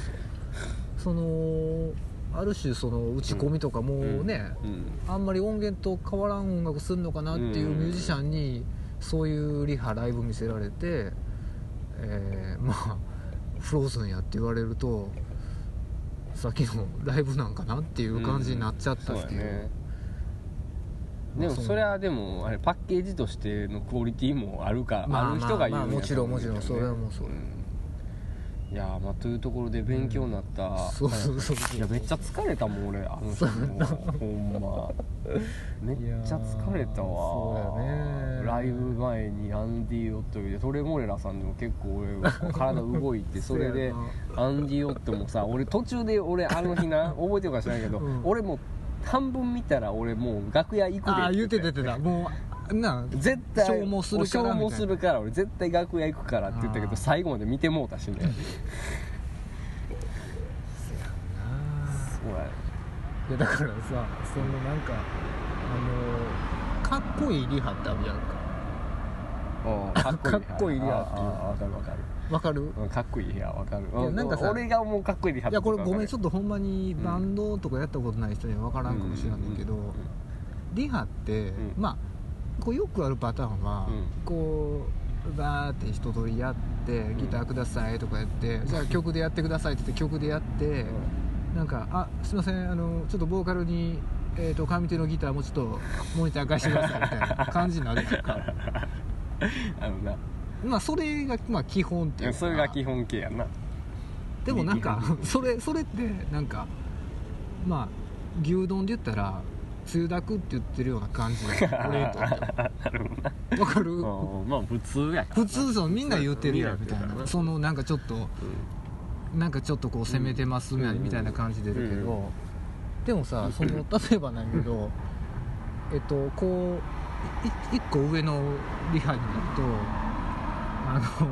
Speaker 2: そのある種その打ち込みとかもうね、
Speaker 1: うん
Speaker 2: あんまり音源と変わらん音楽するのかなっていう
Speaker 1: うん
Speaker 2: ミュージシャンにそういうリハライブ見せられて、えーまあフローズンやって言われるとさっきのライブなんかなっていう感じになっちゃった
Speaker 1: そうや
Speaker 2: っていう,、
Speaker 1: ね
Speaker 2: ま
Speaker 1: で
Speaker 2: あ
Speaker 1: も
Speaker 2: そう
Speaker 1: それはでもあれパッケージとしてのクオリティもあるから、
Speaker 2: まあまあ
Speaker 1: ある人が言うんや
Speaker 2: まあもちろん
Speaker 1: と思うけどね
Speaker 2: もちろんそれはもうそうん
Speaker 1: いやーまあというところで勉強になった、
Speaker 2: そうそうそう
Speaker 1: いやめっちゃ疲れたもん俺あの人もほんまめっちゃ疲れたわ
Speaker 2: いやーそうやね
Speaker 1: ライブ前にアンディ・オットでトレモレラさんでも結構俺体動い てそれでアンディ・オットもさ俺途中で俺あの日 な覚えてるか知らないけど、
Speaker 2: うん
Speaker 1: 俺もう半分見たら俺もう楽屋行くで
Speaker 2: ああ言うてた言ってたもうな
Speaker 1: 絶対
Speaker 2: 消耗するからみたい
Speaker 1: 消
Speaker 2: な
Speaker 1: 耗するから俺絶対楽屋行くからって言ったけ
Speaker 2: あー
Speaker 1: ど最後まで見てもうたしね
Speaker 2: あ
Speaker 1: そうや
Speaker 2: いやだからさそのなんかあのかっこいいリハってあるやんか
Speaker 1: うんかっこいい
Speaker 2: かっこいい部屋っていう
Speaker 1: あーあーわかるわかる
Speaker 2: わかる
Speaker 1: うんかっこいい部屋わかる
Speaker 2: や
Speaker 1: うん
Speaker 2: なんかさ
Speaker 1: 俺がもうかっこいい部屋
Speaker 2: いやこれごめんちょ
Speaker 1: っ
Speaker 2: っとほんまに
Speaker 1: うん
Speaker 2: バンドとかやったことない人には分からんかもしれないけど、リハって、
Speaker 1: ん
Speaker 2: まあこうよくあるパターンは、
Speaker 1: うん
Speaker 2: こうバーって一通りやって「ギターください」とかやって、じゃあ曲でやってください」って言って曲でやって、なんか「あすいませんあのちょっとボーカルに、えー、と上手のギターもうちょっとモニター返してください」みたいな感じになるやんか
Speaker 1: あのな
Speaker 2: まあそれがまあ基本っていうか
Speaker 1: それが基本形やな
Speaker 2: でもなんか
Speaker 1: いいね
Speaker 2: それそれってなんかまあ牛丼で言ったらつゆだくって言ってるような感じ 俺にと ってはわか
Speaker 1: う
Speaker 2: る
Speaker 1: んまあ普通やから
Speaker 2: 普通そうみんな言ってるや
Speaker 1: み
Speaker 2: んみ
Speaker 1: んな
Speaker 2: た
Speaker 1: 言ってるか
Speaker 2: い
Speaker 1: ら
Speaker 2: な
Speaker 1: ね
Speaker 2: そのなんかちょっとなんかちょっとこう攻めてますみたいな
Speaker 1: うん
Speaker 2: みたいな感じ出るけ
Speaker 1: う
Speaker 2: どでもさ その例えばなんやけどえっとこうい一個上のリハになるとあの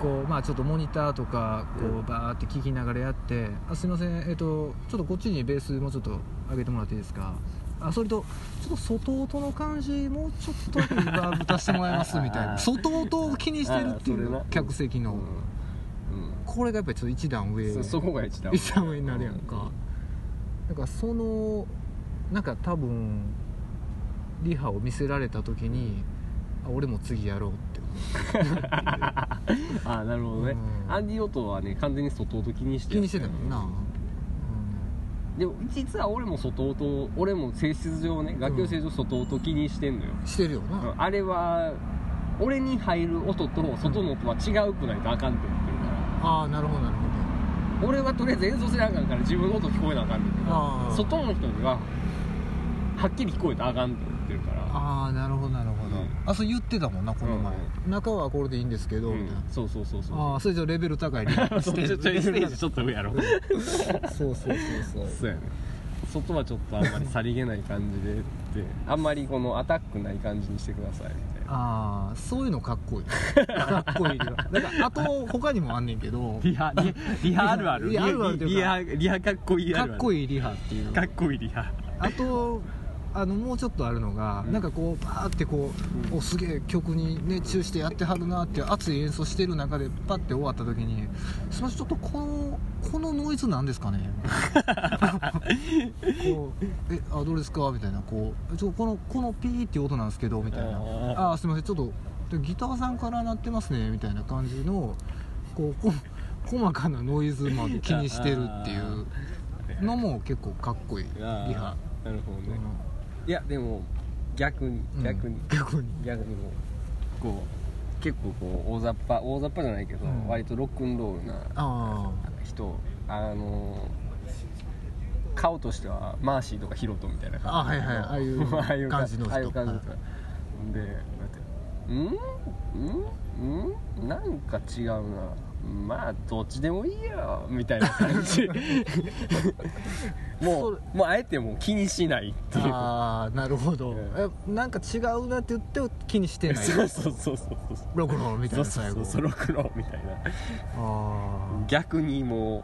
Speaker 2: こうまあちょっとモニターとかこ
Speaker 1: う
Speaker 2: うんバーって聞きながらやって「あすいませんえっとちょっとこっちにベースもうちょっと上げてもらっていいですか」あそれとちょっと外音の感じもうちょっとだけリバーブ足してもらいますみたい
Speaker 1: あ
Speaker 2: な
Speaker 1: ー
Speaker 2: 外音を気にしてるってい
Speaker 1: あーそれ
Speaker 2: う
Speaker 1: な
Speaker 2: 客席
Speaker 1: うん
Speaker 2: のこれがやっぱりちょっと一段
Speaker 1: う
Speaker 2: 上
Speaker 1: んそそこが一段
Speaker 2: 一段上になるやんかだからそのなんか多分リハを見せられた時にあ俺も次やろうって思
Speaker 1: ああなるほどね
Speaker 2: うん
Speaker 1: アンディ・オトはね完全に外音気にし
Speaker 2: う
Speaker 1: て
Speaker 2: 気にしてたもんな、
Speaker 1: でも実は俺も外音俺も性質上ね楽器性上外音気にしてんのよ
Speaker 2: うん、してるよな、
Speaker 1: うんあれは俺に入る音と外の音は違うくないとあかんって言ってるから
Speaker 2: ああなるほどなるほど
Speaker 1: 俺はとりあえず演奏せなあかんから自分の音聞こえなあかんねんけ
Speaker 2: あー
Speaker 1: ど外の人にははっきり聞こえたらあかんって言ってるから
Speaker 2: ああなるほどなるほど、
Speaker 1: うん
Speaker 2: あそう言ってたもんなこの前、中はこれでいいんですけど、
Speaker 1: うん
Speaker 2: みたいな
Speaker 1: そうそうそうそう
Speaker 2: ああそれじゃレベル高いね
Speaker 1: そうちょちょステージちょっと上やろ
Speaker 2: そうそうそうそ
Speaker 1: そうやね外はちょっとあんまりさりげない感じでってあんまりこのアタックない感じにしてくださいみたい
Speaker 2: ああそういうのかっこいいかっこいいけどだからあと他にもあんねんけど
Speaker 3: リハリリハあるある
Speaker 2: リハあるあるって
Speaker 3: リ
Speaker 2: いう
Speaker 3: ハ
Speaker 2: か
Speaker 3: リハかっこいいあ
Speaker 2: か
Speaker 3: るあ
Speaker 2: っ
Speaker 3: る
Speaker 2: こいいリハっていう
Speaker 3: かっこいいリハ
Speaker 2: あとあのもうちょっとあるのが、
Speaker 1: うん
Speaker 2: なんかこうパーってこう、
Speaker 1: うん
Speaker 2: おすげえ曲に熱中してやってはるなっていう熱い演奏してる中でパッて終わった時にすみませんちょっとこのこのノイズなんですかねこうえあどれですかみたいなこうちょこのこのピーっていう音なんですけどみたいな
Speaker 3: あ
Speaker 2: あーすみませんちょっとでギターさんから鳴ってますねみたいな感じのこうこ細かなノイズまで気にしてるっていうのも結構かっこいいリ
Speaker 1: あー
Speaker 2: ハ。
Speaker 1: なるほどね、いやでも逆に
Speaker 2: うん
Speaker 1: 逆に、
Speaker 2: 逆に
Speaker 1: 逆にもうこう結構こう大雑把大雑把じゃないけど、
Speaker 2: うん
Speaker 1: 割とロックンロールな
Speaker 2: あ
Speaker 1: 人あの顔としてはマーシーとかヒロトみたいな感じ
Speaker 2: あはいはいああいう
Speaker 1: ああいう
Speaker 2: 感じの人
Speaker 1: ああいう感じの人
Speaker 2: は
Speaker 1: でだってうんうんうんなんか違うなまあどっちでもいいやみたいな感じもうもうあえてもう気にしないっていう
Speaker 2: あーな るほど
Speaker 1: う
Speaker 2: えなんか違うなって言って気にしてない
Speaker 1: そうそうそうそうそう
Speaker 2: ロコロみたい
Speaker 1: そうそ
Speaker 2: な
Speaker 1: う
Speaker 2: 最
Speaker 1: そ
Speaker 2: 後
Speaker 1: うソロクロみたいな
Speaker 2: あ
Speaker 1: 逆にも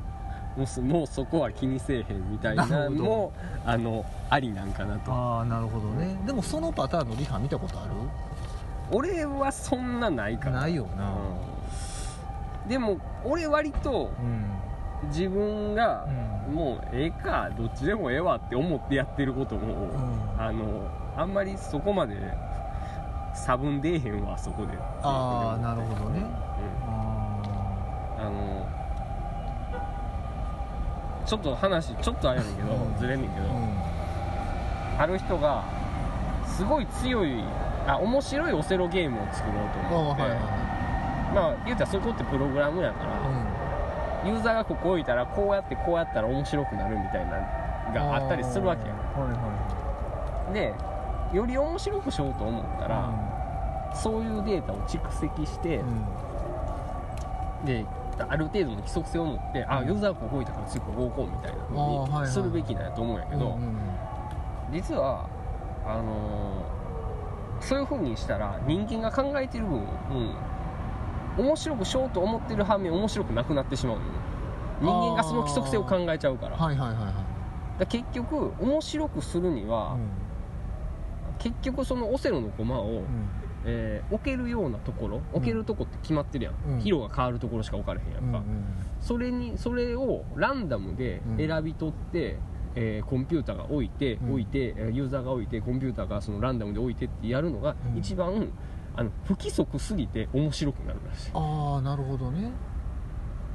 Speaker 1: うもうそもうそこは気にせえへんみたいなの
Speaker 2: なるほど
Speaker 1: もあのありなんかな
Speaker 2: ー
Speaker 1: と
Speaker 2: あーなるほどねでもそのパターンのリハ見たことあ
Speaker 1: 俺はそんなないか
Speaker 2: る
Speaker 1: ら
Speaker 2: ないよ
Speaker 1: う
Speaker 2: な、
Speaker 1: んでも俺割と
Speaker 2: うん
Speaker 1: 自分が
Speaker 2: うん
Speaker 1: もうええかどっちでもええわって思ってやってることも、
Speaker 2: ん
Speaker 1: あのあんまりそこまで差分出えへんわそこで
Speaker 2: ああなるほどね
Speaker 1: うん
Speaker 2: あ
Speaker 1: あのちょっと話ちょっとあれやねんけど
Speaker 2: うん
Speaker 1: ずれんねんけど、
Speaker 2: ーうん
Speaker 1: ある人がすごい強いあ面白いオセロゲームを作ろうと
Speaker 2: あー
Speaker 1: 思って
Speaker 2: はいは
Speaker 1: まあ言うたらそこってプログラムやか
Speaker 2: いはい、う
Speaker 1: ら、ユ
Speaker 2: ん
Speaker 1: ーザーがここ置いたらこうやってこうやったら面白くなるみたいなのがあったりするわけや
Speaker 2: あーはいは
Speaker 1: んでより面白くしようと思った
Speaker 2: い
Speaker 1: ら、
Speaker 2: は
Speaker 1: そういうデータを蓄積して、
Speaker 2: いうん
Speaker 1: である程度の規則性を持って、あ
Speaker 2: うん
Speaker 1: ユーザーここ置いたから次ここ置こうみたいな
Speaker 2: あーはい
Speaker 1: ふう
Speaker 2: はい
Speaker 1: にするべきなんやと思うんやけど、
Speaker 2: うんうん
Speaker 1: 実はあのーそういう風にしたら人間が考えてる分、うん、面白くしようと思ってる反面面白くなくなってしまうのよ人間がその規則性を考えちゃうからだか
Speaker 2: はいはいはいは
Speaker 1: ら結局面白くするには、
Speaker 2: い
Speaker 1: 結局そのオセロの駒を、
Speaker 2: うん
Speaker 1: えー置けるようなところ置けるとこって決まってるやん、
Speaker 2: うん
Speaker 1: 色が変わるところしか置かれへんやんか、それにそれをランダムで選び取って、えーコンピューターが置いて、
Speaker 2: うん
Speaker 1: 置いてえーユーザーが置いてコンピューターがそのランダムで置いてってやるのが
Speaker 2: うん
Speaker 1: 一番、あの不規則すぎて面白くなるらしい
Speaker 2: ああなるほどね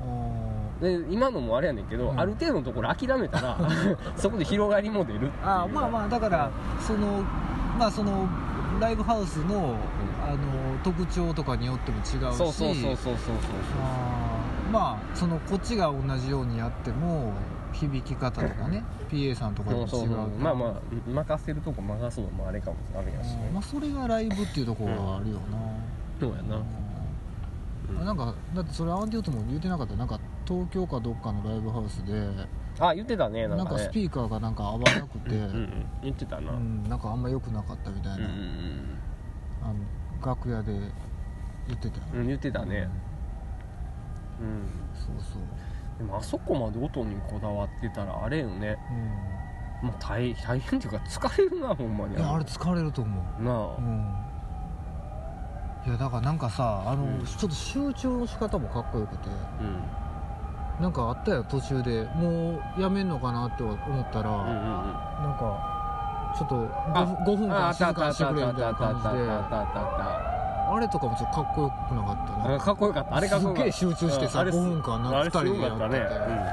Speaker 2: あ
Speaker 1: で今のもあれやねんけど、
Speaker 2: うん
Speaker 1: ある程度のところ諦めた らそこで広がりも出るっていう
Speaker 2: ーあーまあまあだからそのまあそのライブハウスのあの特徴とかによっても違うし
Speaker 1: そうそうそうそうそうそう
Speaker 2: あーまあそのこっちが同じようにやっても響き方とかね PA さんとかにも違う
Speaker 1: そうそうそうまあまあ任せるとこ任すのもあれかもあれ
Speaker 2: あ
Speaker 1: やし
Speaker 2: ーま
Speaker 1: ね
Speaker 2: あそれがライブっていうところはあるよな、
Speaker 1: そうやな
Speaker 2: あなんかだってそれアンディオとも言うてなかったなんか東京かどっかのライブハウスで
Speaker 1: あ言ってたねな
Speaker 2: なんん
Speaker 1: か
Speaker 2: か
Speaker 1: ね
Speaker 2: スピーカーがなんか合わなくて、
Speaker 1: うんうん言ってたな、う
Speaker 2: うんんなんかあんま良くなかったみたい
Speaker 1: うん
Speaker 2: な、あの楽屋で言ってた
Speaker 1: うんうん言ってたね、うん
Speaker 2: そうそう
Speaker 1: でもあそこまで音にこだわってたらあれよね
Speaker 2: うん
Speaker 1: もう大大変っていうか疲れるなほんまに
Speaker 2: いやあれ疲れると思
Speaker 1: な
Speaker 2: うう
Speaker 1: あ
Speaker 2: んいやだからなんかさあの、
Speaker 1: うん
Speaker 2: ちょっと集中の仕方もかっこよくて
Speaker 1: うん
Speaker 2: なんかあったよ途中でもうやめんのかなって思ったら、
Speaker 1: うんうん
Speaker 2: なんかちょっと 5,
Speaker 1: あ
Speaker 2: 5分
Speaker 1: ああ
Speaker 2: 間
Speaker 1: っ
Speaker 2: 静
Speaker 1: たあっ
Speaker 2: か
Speaker 1: たあっ
Speaker 2: にして
Speaker 1: たあ
Speaker 2: く
Speaker 1: っ
Speaker 2: れみたい
Speaker 1: たあったあったあったあったあっ
Speaker 2: な感じであれとかもちょっとかっこよくなかった
Speaker 1: たあ
Speaker 2: な
Speaker 1: かっこよかったあれかっこよかった
Speaker 2: すっげえ集中してさ
Speaker 1: うんあれす
Speaker 2: 5分間なんか
Speaker 1: あれすごかったね
Speaker 2: 二人でやってて
Speaker 1: うん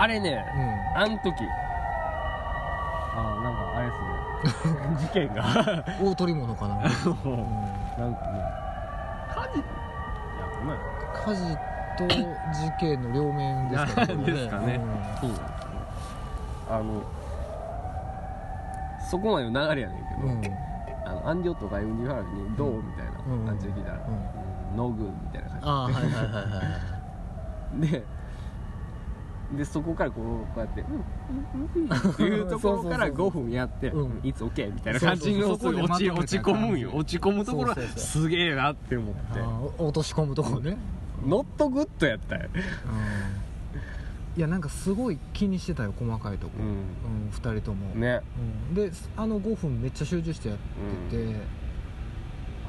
Speaker 1: あれね
Speaker 2: うん
Speaker 1: あん時あなんかあれっすね事件が
Speaker 2: 大取り物かな、
Speaker 1: あ
Speaker 2: う
Speaker 1: の
Speaker 2: ん
Speaker 1: なんかね火事いやごめん
Speaker 2: 火事と事件の両面ですから
Speaker 1: なんですかねそうなんですよねあのそこまでの流れやねんけ
Speaker 2: う
Speaker 1: ど、
Speaker 2: んうん
Speaker 1: あのアンディオとかエンディファールに「どう?」みたいな
Speaker 2: うん
Speaker 1: 感じで聞いたら「
Speaker 2: うん
Speaker 1: うんノーグー」みたいな
Speaker 2: ああ
Speaker 1: 感
Speaker 2: はいはいはいはい
Speaker 1: じでででそこからこうこうやって「うんうんうんうん」っていうところから
Speaker 2: そうそうそう
Speaker 1: 5分やって「
Speaker 2: うん
Speaker 1: うんいつ OK」みたいな感じの
Speaker 2: そうそうそうそこで
Speaker 3: 落ち
Speaker 2: まと
Speaker 3: 落
Speaker 2: めた
Speaker 3: ち
Speaker 2: 感じ
Speaker 3: 込むんよ落ち込むところ
Speaker 2: そうそうそう
Speaker 3: すげえなって思って
Speaker 2: あー落とし込むとこね、
Speaker 1: ノットグッドやったよ、
Speaker 2: いやなんかすごい気にしてたよ細かいとこ、うん
Speaker 1: う
Speaker 2: 2人とも、
Speaker 1: ん、ね、
Speaker 2: うんであの5分めっちゃ集中してやっ
Speaker 1: うん
Speaker 2: てて、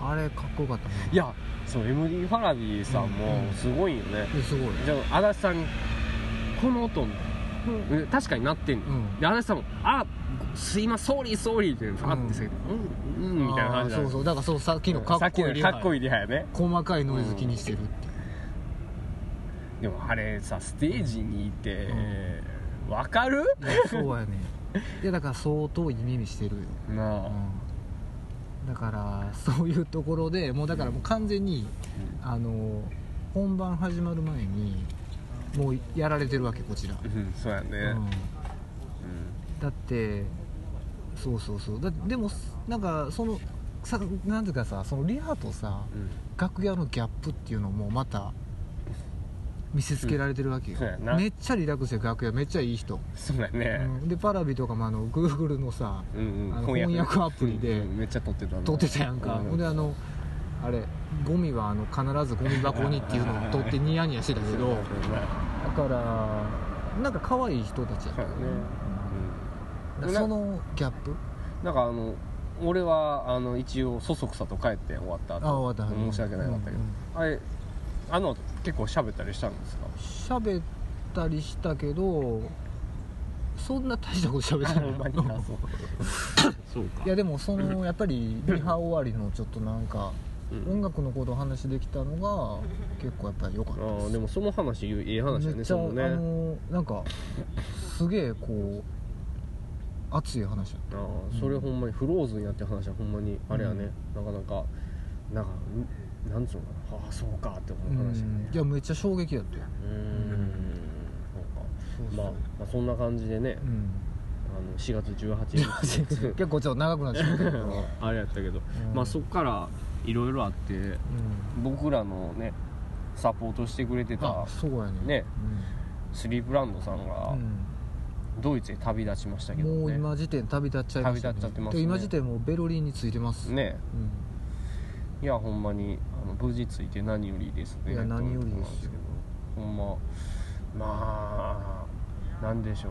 Speaker 2: あれかっこよかったない
Speaker 1: やそうエムリー・ファラビーさん
Speaker 2: う
Speaker 1: も
Speaker 2: ん
Speaker 1: すごいよね、
Speaker 2: いやすごい
Speaker 1: じゃあ足立さんに「この音、うん確かになってんの」
Speaker 2: うん
Speaker 1: で足立さんも「あすいませんソーリーソーリー」ってファって下げて「うんうん」みたいな感じ
Speaker 2: あーそうそうだからそうさっきのかっ
Speaker 1: さっき
Speaker 2: こいい
Speaker 1: の
Speaker 2: リ
Speaker 1: か
Speaker 2: ハ
Speaker 1: っこいいリハやね
Speaker 2: 細かいノイズ気にしてるって
Speaker 1: でもあれさステージにいてわ、かる
Speaker 2: いやそうやねいやだから相当いい耳してるよ、
Speaker 1: なあ、
Speaker 2: うん、だからそういうところでもうだからもう完全にあの本番始まる前にもうやられてるわけこちら、
Speaker 1: うん、そうやね、
Speaker 2: うん、
Speaker 1: うん
Speaker 2: だってそうそうそうだでもなんかそのさなんていうかさそのリハとさ楽屋のギャップっていうのもまた見せつけられてるわけよ、
Speaker 1: うんそうやな
Speaker 2: めっちゃリラックスして楽屋めっちゃいい人、
Speaker 1: そうや
Speaker 2: う
Speaker 1: ね、
Speaker 2: んでパラビとかもあのグーグルのさ
Speaker 1: うんうん
Speaker 2: あの翻訳アプリで
Speaker 1: うんうんめっちゃ撮ってたな
Speaker 2: 撮ってたやんか、
Speaker 1: うん
Speaker 2: ほんであのあれゴミはあの必ずゴミ箱にっていうのを撮ってニヤニヤしてたけどだからなんか可愛い人たちやったよね
Speaker 1: そうやね
Speaker 2: うんだからそのギャップ
Speaker 1: なんかあの俺はあの一応そそくさと帰って終わった後
Speaker 2: あ終わった
Speaker 1: 申し訳なかったけど、
Speaker 2: うんうん
Speaker 1: あれあの結構喋ったりしたんですか
Speaker 2: 喋ったりしたけど そんな大したこと喋って
Speaker 1: あ
Speaker 2: ない
Speaker 1: ほんまにあそう
Speaker 3: そうか
Speaker 2: いやでもそのやっぱりリハ終わりのちょっとなんか
Speaker 1: うん
Speaker 2: 音楽のことを話できたのが結構やっぱり良かっ
Speaker 1: あ
Speaker 2: たです
Speaker 1: ーでもその話いい話だ
Speaker 2: め
Speaker 1: ね
Speaker 2: っちゃ、
Speaker 1: そのね
Speaker 2: あのなんかすげえこう熱い話だっ
Speaker 1: あーそれほんまにフローズンやってる話はほんまにあれやね、なかなかなんかんなんつうのかなああそうかって
Speaker 2: た、
Speaker 1: 思う話やね
Speaker 2: いやめっちゃ衝撃だったよ
Speaker 1: うーんそうか
Speaker 2: そうそう
Speaker 1: まあ、まあそんな感じでね、
Speaker 2: うん
Speaker 1: あの4月18日
Speaker 2: 結構ちょっと長くなっちゃっ たけど、うん
Speaker 3: あれやったけど、
Speaker 2: うん
Speaker 3: まあそっからいろいろあって
Speaker 1: 僕らのねサポートしてくれて
Speaker 2: あ
Speaker 1: た
Speaker 2: そうやね
Speaker 1: ねスリープランドさんがドイツへ旅立ちました
Speaker 2: う
Speaker 1: け
Speaker 2: ん、
Speaker 1: ど
Speaker 2: もう
Speaker 1: ね、
Speaker 2: 今時点旅立っちゃいました、
Speaker 1: 旅立っちゃってますね
Speaker 2: で今時点もうベロリンについてます、
Speaker 1: ね
Speaker 2: うん
Speaker 1: いやほんまにあの無事ついて何よりですね
Speaker 2: いや
Speaker 1: と思って
Speaker 2: 何よりですよ
Speaker 1: ほんままあなんでしょ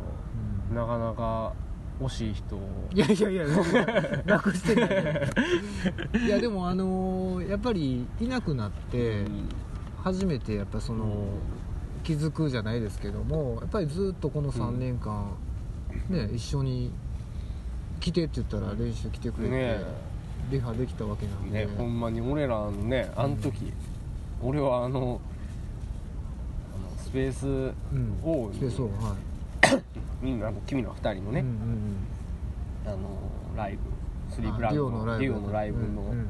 Speaker 2: うん
Speaker 1: うなかなか惜しい人を
Speaker 2: いやいやいや 楽してないねいやでもあのーやっぱりいなくなって
Speaker 1: うん
Speaker 2: 初めてやっぱその気づくじゃないですけどもやっぱりずっとこの3年間、ね一緒に来てって言ったら練習来てくれて、
Speaker 1: ね
Speaker 2: リハできたわけなんで、
Speaker 1: ねほんまに俺らのねあの時、俺はあのあのスペース
Speaker 2: うん
Speaker 1: 王
Speaker 2: そうそうは
Speaker 1: にあの君の2人の
Speaker 2: い、
Speaker 1: ね、
Speaker 2: うんうん
Speaker 1: あのライブスリープラン
Speaker 2: デ
Speaker 1: ド
Speaker 2: ュオのライブ
Speaker 1: デュオのライブ
Speaker 2: うん
Speaker 1: の
Speaker 2: うん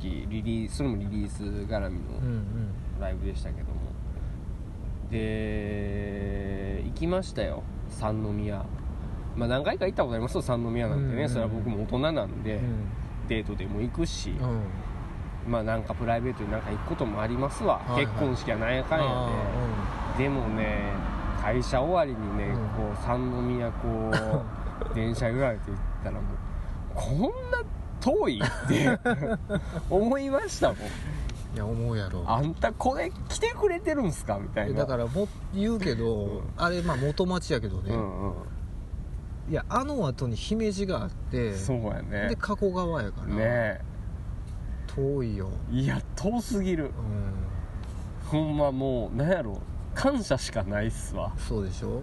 Speaker 1: 時、リリースそれもリリース絡み
Speaker 2: うん、うん
Speaker 1: のライブでしたけども、で行きましたよ三宮まあ何回か行ったことありますよ三宮なんてね、
Speaker 2: うんうん
Speaker 1: それは僕も大人なんで、
Speaker 2: うん
Speaker 1: デートでも行くし、
Speaker 2: うんうん
Speaker 1: まあなんかプライベートでなんか行くこともありますわ、
Speaker 2: はいはい
Speaker 1: 結婚式はなんやかんやで、
Speaker 2: あ
Speaker 1: でもね会社終わりにね、
Speaker 2: うん
Speaker 1: こう三宮こう電車ぐらいで行ったらもうこんな遠いって 思いましたもん
Speaker 2: ーうんいや思うやろ
Speaker 1: あんたこれ来てくれてるんすかみたい
Speaker 2: え
Speaker 1: な
Speaker 2: だからも言うけど、あれまあ元町やけど
Speaker 1: う
Speaker 2: ね、
Speaker 1: んうん
Speaker 2: いやあの後に姫路があって
Speaker 1: そうやね
Speaker 2: で加古川やから、
Speaker 1: ね
Speaker 2: 遠いよ、
Speaker 1: えいや遠すぎる
Speaker 2: うん、
Speaker 1: ほんまもうなんやろ感謝しかないっすわ、
Speaker 2: そうでしょ
Speaker 1: うん、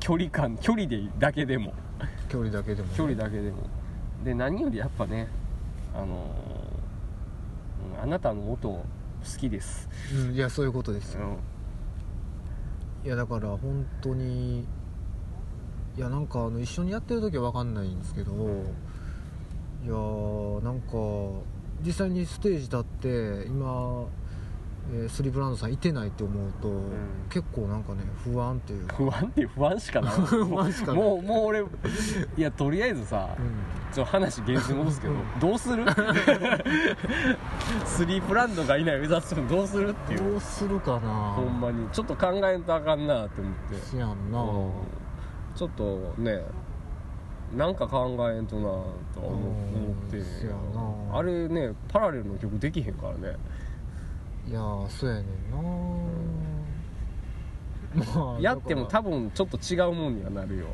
Speaker 1: 距離感距離でだけでも
Speaker 2: 距離だけでもね、
Speaker 1: 距離だけでもで何よりやっぱねあのーうんあなたの音好きです、
Speaker 2: うん、いやそういうことです
Speaker 1: う
Speaker 2: よ
Speaker 1: ん
Speaker 2: いやだから本当にいやなんかあの一緒にやってる時は分かんないんですけど、いやーなんか実際にステージ立って今えースリープランドさんいてないって思うと、
Speaker 3: ん
Speaker 2: 結構なんかね不安っ ていうか、
Speaker 1: 不安って不安しかない
Speaker 2: 不安しかない
Speaker 1: もうもう俺いやとりあえずさ、
Speaker 2: うん
Speaker 1: ちょっと話現実に戻すけど、
Speaker 2: うん
Speaker 1: どうするスリープランドがいないウェザースプーンどうするっていう
Speaker 2: どうするかな
Speaker 1: ほんまにちょっと考えんとあかんなって思って
Speaker 2: せやんな、
Speaker 1: うんちょっとねなんか考えんとなとは思
Speaker 2: うん
Speaker 1: 思って
Speaker 2: せやな
Speaker 1: あれねパラレルの曲できへんからね
Speaker 2: いやーそうやねんな、まあ
Speaker 1: やっても
Speaker 2: だか
Speaker 1: 多分ちょっと違うもんにはなるよ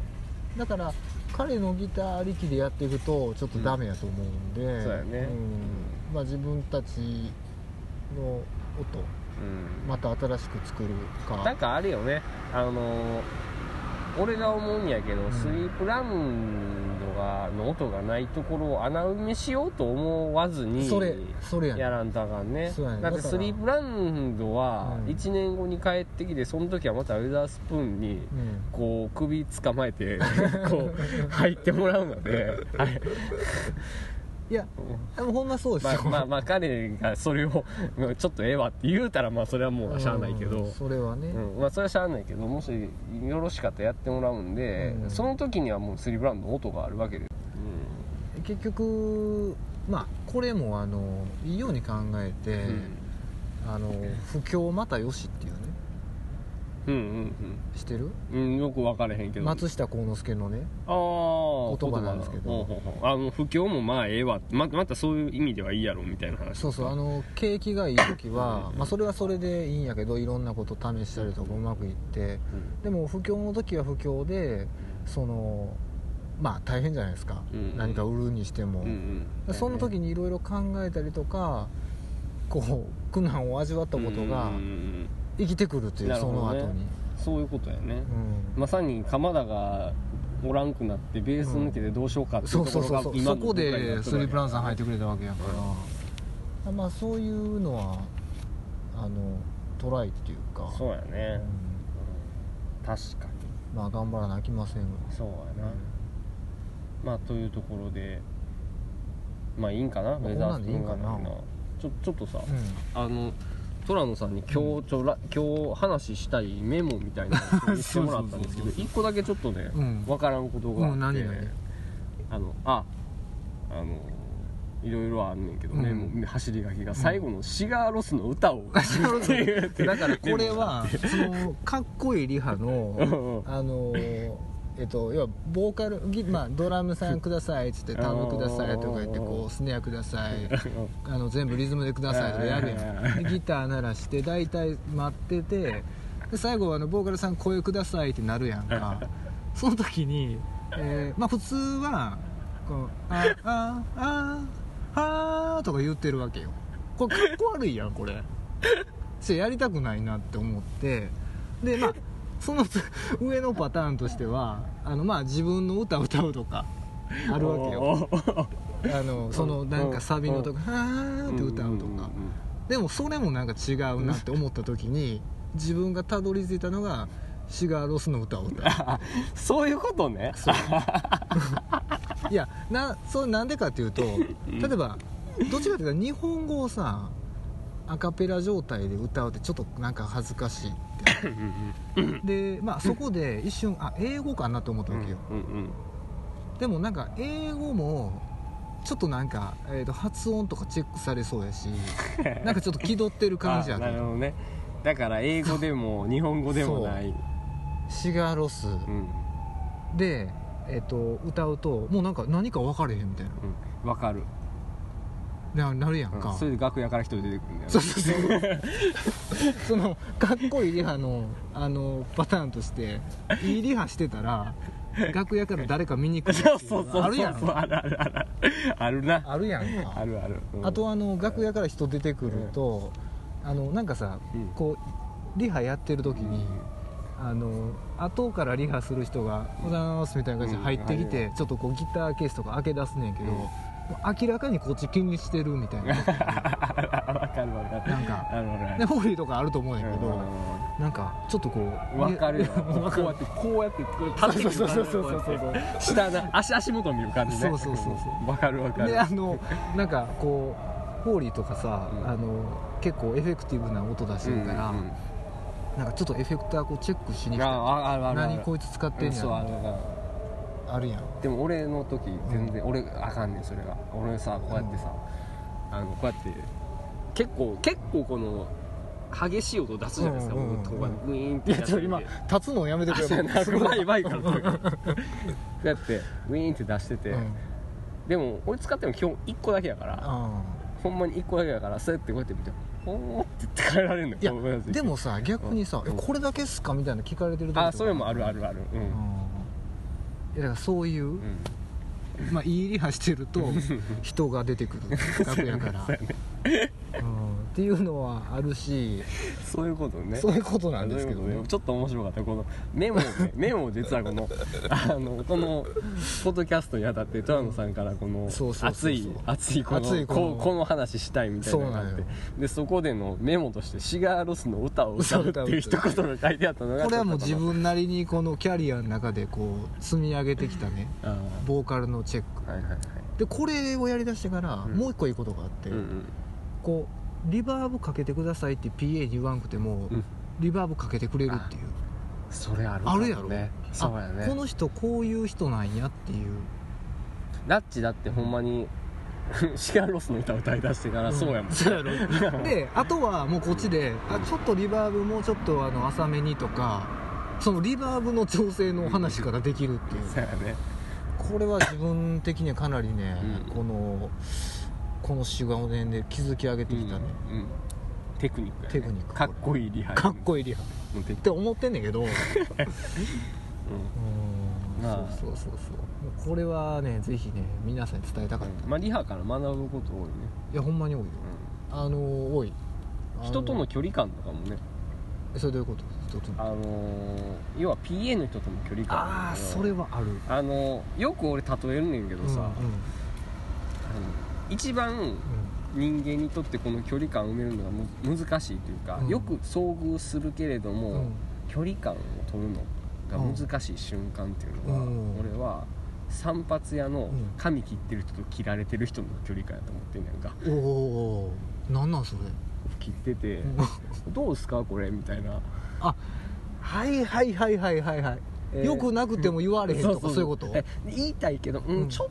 Speaker 2: らだから彼のギターありきでやっていくとちょっとダメやと思うんで、
Speaker 1: んそうやね
Speaker 2: んまあ、自分たちの音
Speaker 1: うん
Speaker 2: また新しく作るか
Speaker 1: なんかあれよねあのー俺が思うんやけど、
Speaker 2: ん
Speaker 1: スリープラウンドがの音がないところを穴埋めしようと思わずに
Speaker 2: それそれやね
Speaker 1: やらんとあかんね
Speaker 2: そうやね
Speaker 1: だって
Speaker 2: だか
Speaker 1: ス
Speaker 2: ら
Speaker 1: リープラウンドは
Speaker 2: うん
Speaker 1: 1年後に帰ってきてその時はまたウェザースプーンに
Speaker 2: うん
Speaker 1: こう首捕まえて こう入ってもらうの で、はい
Speaker 2: いやでもほんまそうです
Speaker 1: ま
Speaker 2: よ
Speaker 1: あ、まあまあ彼がそれをちょっとええわって言うたらまあそれはもうしゃあないけど、
Speaker 2: うんそれはね、
Speaker 1: うんまあそれはしゃあないけどもしよろしかったらやってもらうんで、
Speaker 2: うん
Speaker 1: その時にはもうスリーブラウンドの音があるわけで、
Speaker 2: 結局まあこれもあのいいように考えて、あの不況またよしっていうね
Speaker 1: うん、うん
Speaker 2: してる
Speaker 1: うんうんうんよく分からへんけど
Speaker 2: 松下幸之助のね
Speaker 1: ああ
Speaker 2: 言葉なんですけど
Speaker 1: ほうほうほうあの不況もまあええわままたそういう意味ではいいやろみたいな話
Speaker 2: そうそうあの景気がいい時は、まあ、それはそれでいいんやけどいろんなこと試したりとかうまくいって
Speaker 1: うん
Speaker 2: でも不況の時は不況でそのまあ大変じゃないですか、
Speaker 1: うん
Speaker 2: 何か売るにしても、
Speaker 1: うんうん
Speaker 2: その時にいろいろ考えたりとかこう苦難を味わったこ
Speaker 1: う
Speaker 2: とが
Speaker 1: んうんうん
Speaker 2: 生きてくるという、
Speaker 1: なる
Speaker 2: そ
Speaker 1: ほ
Speaker 2: の
Speaker 1: ど
Speaker 2: 後
Speaker 1: ね
Speaker 2: に、
Speaker 1: そういうことやね、
Speaker 2: うん
Speaker 1: まさに鎌田がおらんくなってベース抜けてどうしようかってい
Speaker 2: そうう
Speaker 1: ところ
Speaker 2: そうそ
Speaker 1: が
Speaker 2: うそう
Speaker 1: 今
Speaker 2: そ
Speaker 1: の
Speaker 2: こ
Speaker 1: 僕らにな
Speaker 2: で
Speaker 1: って
Speaker 2: ス
Speaker 1: るわけや
Speaker 2: リープランさん入ってくれたわけやから、あまあそういうのはあのトライっていうか
Speaker 1: そうやね
Speaker 2: う、ん
Speaker 1: 確かに
Speaker 2: まあ頑張らなあきませんわ
Speaker 1: そうやな、まあというところでまあいいんかな
Speaker 2: まあ
Speaker 1: ウェザー
Speaker 2: こんなんでいいんかな
Speaker 1: スプーンがちょちょっとさ、
Speaker 2: うん
Speaker 1: あの虎野さんに今日ちょら今日話したいメモみたいな のをしてもらったんですけ
Speaker 3: そう
Speaker 1: ど
Speaker 3: そうそうそう
Speaker 1: 一個だけちょっとね、
Speaker 2: うん
Speaker 1: わからんことがあって、
Speaker 2: うん何々
Speaker 1: あのああのいろいろあんねんけど、
Speaker 2: うん
Speaker 1: メモ走り書きが最後のシガーロスの歌をっていう
Speaker 2: だからこれ はそのかっこいいリハ
Speaker 1: うんう
Speaker 2: のあのえっと要はボーカルギまあドラムさんくださいっつってタブくださいとか言ってこうスネアくださいあの全部リズムでくださいとかやるやんでギター鳴らして大体待っててで最後あのボーカルさん声くださいってなるやんかその時に、えーまあ普通はこう「あああああ」とか言ってるわけよこれかっこ悪いやんこれそれやりたくないなって思ってでまあその上のパターンとしてはあのまあ自分の歌を歌うとかあるわけよ
Speaker 1: よ
Speaker 2: あのそのなんかサビのとか「あー」って歌うと
Speaker 1: んん
Speaker 2: かでもそれもなんか違うなって思った時に自分がたどり着いたのがシガーロスの歌を歌う
Speaker 1: そういうことね
Speaker 2: いやなそれなんでかっていうと例えばどっちかっていうと日本語をさアカペラ状態で歌うってちょっとなんか恥ずかしいってでまあそこで一瞬あ英語かなと思ったわけよ
Speaker 1: うんうん
Speaker 2: でもなんか英語もちょっとなんか、えー、と発音とかチェックされそう やしなんかちょっと気取ってる感じや
Speaker 1: あ
Speaker 2: け
Speaker 1: なるほ
Speaker 2: ど
Speaker 1: どねだから英語でも日本語でもない
Speaker 2: シガーロス
Speaker 1: うん
Speaker 2: で、えー、と歌うともうなんか何か分かれへんみたい
Speaker 1: うんわかる
Speaker 2: なななるやんか、
Speaker 1: それで楽屋から一人出てくるんだよ
Speaker 2: そうそうそう そのかっこいいリハのあのパターンとしていいリハしてたら楽屋から誰か見に来るってい
Speaker 1: そうそうそう
Speaker 2: う
Speaker 1: そう
Speaker 2: のあるやん
Speaker 1: あるあるあるあるな
Speaker 2: あるやんか
Speaker 1: あるあるうん
Speaker 2: あとあの楽屋から人出てくると、あのなんかさ、
Speaker 1: うん
Speaker 2: こうリハやってる時に、あの後からリハする人が「おはようございます」みたいな感じで入ってきて、
Speaker 1: う
Speaker 2: ちょっとこうギターケースとか開け出すねんけど、
Speaker 1: うん
Speaker 2: もう明らかにこっち気にしてるみたいな
Speaker 1: わかるわかる
Speaker 2: なんか
Speaker 1: あるあ
Speaker 2: で
Speaker 1: る
Speaker 2: ホリーとかあると思うんや
Speaker 1: あ
Speaker 2: けど、
Speaker 1: る
Speaker 2: なんかちょっとこう
Speaker 1: わかるよ
Speaker 2: いやわか
Speaker 1: こうや
Speaker 2: る
Speaker 1: ってこうやってこう立ってくるから
Speaker 2: そうそうそうそうそう
Speaker 1: こうやって下な足足元見る感じね
Speaker 2: そうそうそうそう
Speaker 1: わかるわかる
Speaker 2: であのなんかこうホーリーとかさ、
Speaker 1: うん
Speaker 2: あの結構エフェクティブな音出してるから、
Speaker 1: うんうんうん
Speaker 2: なんかちょっとエフェクターこうチェックしに来
Speaker 1: あ
Speaker 2: た
Speaker 1: ああるあるある
Speaker 2: 何こいつ使ってんや
Speaker 1: そうある
Speaker 2: ろ
Speaker 1: ある
Speaker 2: あるやん
Speaker 1: でも俺の時全然、俺あかんねんそれが俺さこうやってさ、あのこうやって結構結構この激しい音出すじゃないですか、
Speaker 2: うんうんうん
Speaker 1: 僕とかにグイーンっ
Speaker 2: い
Speaker 1: て
Speaker 2: やちょっと今立つのやめてくれ
Speaker 1: あそうやな
Speaker 2: すご
Speaker 1: 怖
Speaker 2: い
Speaker 1: いバイクの時こうやってウィーンって出してて、
Speaker 2: うん
Speaker 1: でも俺使っても基本1個だけやから
Speaker 2: あ
Speaker 1: ほんまに1個だけやからそうやってこうやって見て「おーって言って変えられるの
Speaker 2: ーいや
Speaker 1: このやつ
Speaker 2: でもさ逆にさ
Speaker 1: う
Speaker 2: 「
Speaker 1: ん
Speaker 2: えこれだけっすか?」みたいなの聞かれてる時
Speaker 1: あそういうのもあるあ
Speaker 2: る
Speaker 1: るあるうん、
Speaker 2: いやだからそういう、
Speaker 1: うん
Speaker 2: まあいいリハしてる と人が出てくる楽やから
Speaker 1: そうやね
Speaker 2: うんっていうのはあるし
Speaker 1: そういうことね
Speaker 2: そういうことなんですけど
Speaker 1: そういう
Speaker 2: ね
Speaker 1: ことちょっと面白かったこのメモを ねメモを実はこのあのこのポッドキャストにあたって虎野さんからこの
Speaker 2: そうそうそうそう
Speaker 1: 熱い熱いこ
Speaker 2: 熱い
Speaker 1: の
Speaker 2: この
Speaker 1: こうこの話したいみたいなのがあっ
Speaker 2: そう
Speaker 1: て
Speaker 2: なの
Speaker 1: でそこでのメモとして「シガーロスの歌を歌う」っていう一言が書いてあったのが
Speaker 2: これはもう自
Speaker 1: ちょっ
Speaker 2: 分なりにこのキャリアの中でこう積み上げてきたね
Speaker 1: とこのあ
Speaker 2: ボーカルのチェック
Speaker 1: ーはいはいはい
Speaker 2: でこれをやりだしてから
Speaker 1: うん
Speaker 2: もう一個いいことがあって、
Speaker 1: うんうん
Speaker 2: こうリバーブかけてくださいって PA に言わんくても、
Speaker 1: うん
Speaker 2: リバーブかけてくれるっていう
Speaker 1: それあるか
Speaker 2: あ
Speaker 1: も
Speaker 2: るやろ
Speaker 1: ねそうや
Speaker 2: あこ
Speaker 1: ね
Speaker 2: の人こういう人なんやっていう
Speaker 1: ラッチだってほんまに シガーロスの歌を歌いだしてからそうやもん
Speaker 2: んそうや ろであとはもうこっちで、あちょっとリバーブもうちょっとあの浅めにとかそのリバーブの調整の話からできるっていう、
Speaker 1: そうやね
Speaker 2: これは自分的にはかなりね、
Speaker 1: うん
Speaker 2: このこの45年で築き上げてきたね、
Speaker 1: うんうんテクニックやね
Speaker 2: テクニック
Speaker 1: かっこいいリハ
Speaker 2: かっこいいリハっ
Speaker 1: いいのテク
Speaker 2: て思ってんねんけどうーん
Speaker 1: まあ
Speaker 2: そうそうそうそうもうこれはねぜひね皆さんに伝えたかった、
Speaker 1: う
Speaker 2: い
Speaker 1: んまあリハから学ぶこと多いね、
Speaker 2: やほんまに多いよあのー多いあ
Speaker 1: 人との距離感とかもね
Speaker 2: えそれどういうこと人との
Speaker 1: あのー要は PA の人との距離感
Speaker 2: ああそれはある
Speaker 1: あのーよく俺例えるねんけどさ、
Speaker 2: うん
Speaker 1: あの一番人間にとってこの距離感を埋めるのがむ難しいというか、
Speaker 2: うん
Speaker 1: よく遭遇するけれども、
Speaker 2: うんうん
Speaker 1: 距離感を取るのが難しい瞬間っていうのは、
Speaker 2: うん
Speaker 1: 俺は散髪屋の
Speaker 2: うん
Speaker 1: 髪切ってる人と切られてる人の距離感やと思ってんねんか
Speaker 2: おおーなんなんそれ、
Speaker 1: 切ってて「どうすかこれ」みたいな
Speaker 2: あ はいはいはいはいはいはい、
Speaker 1: えー
Speaker 2: よくなくても言われへんとか、そういうこと
Speaker 1: え言いたいけど、うん
Speaker 2: うん
Speaker 1: ちょっ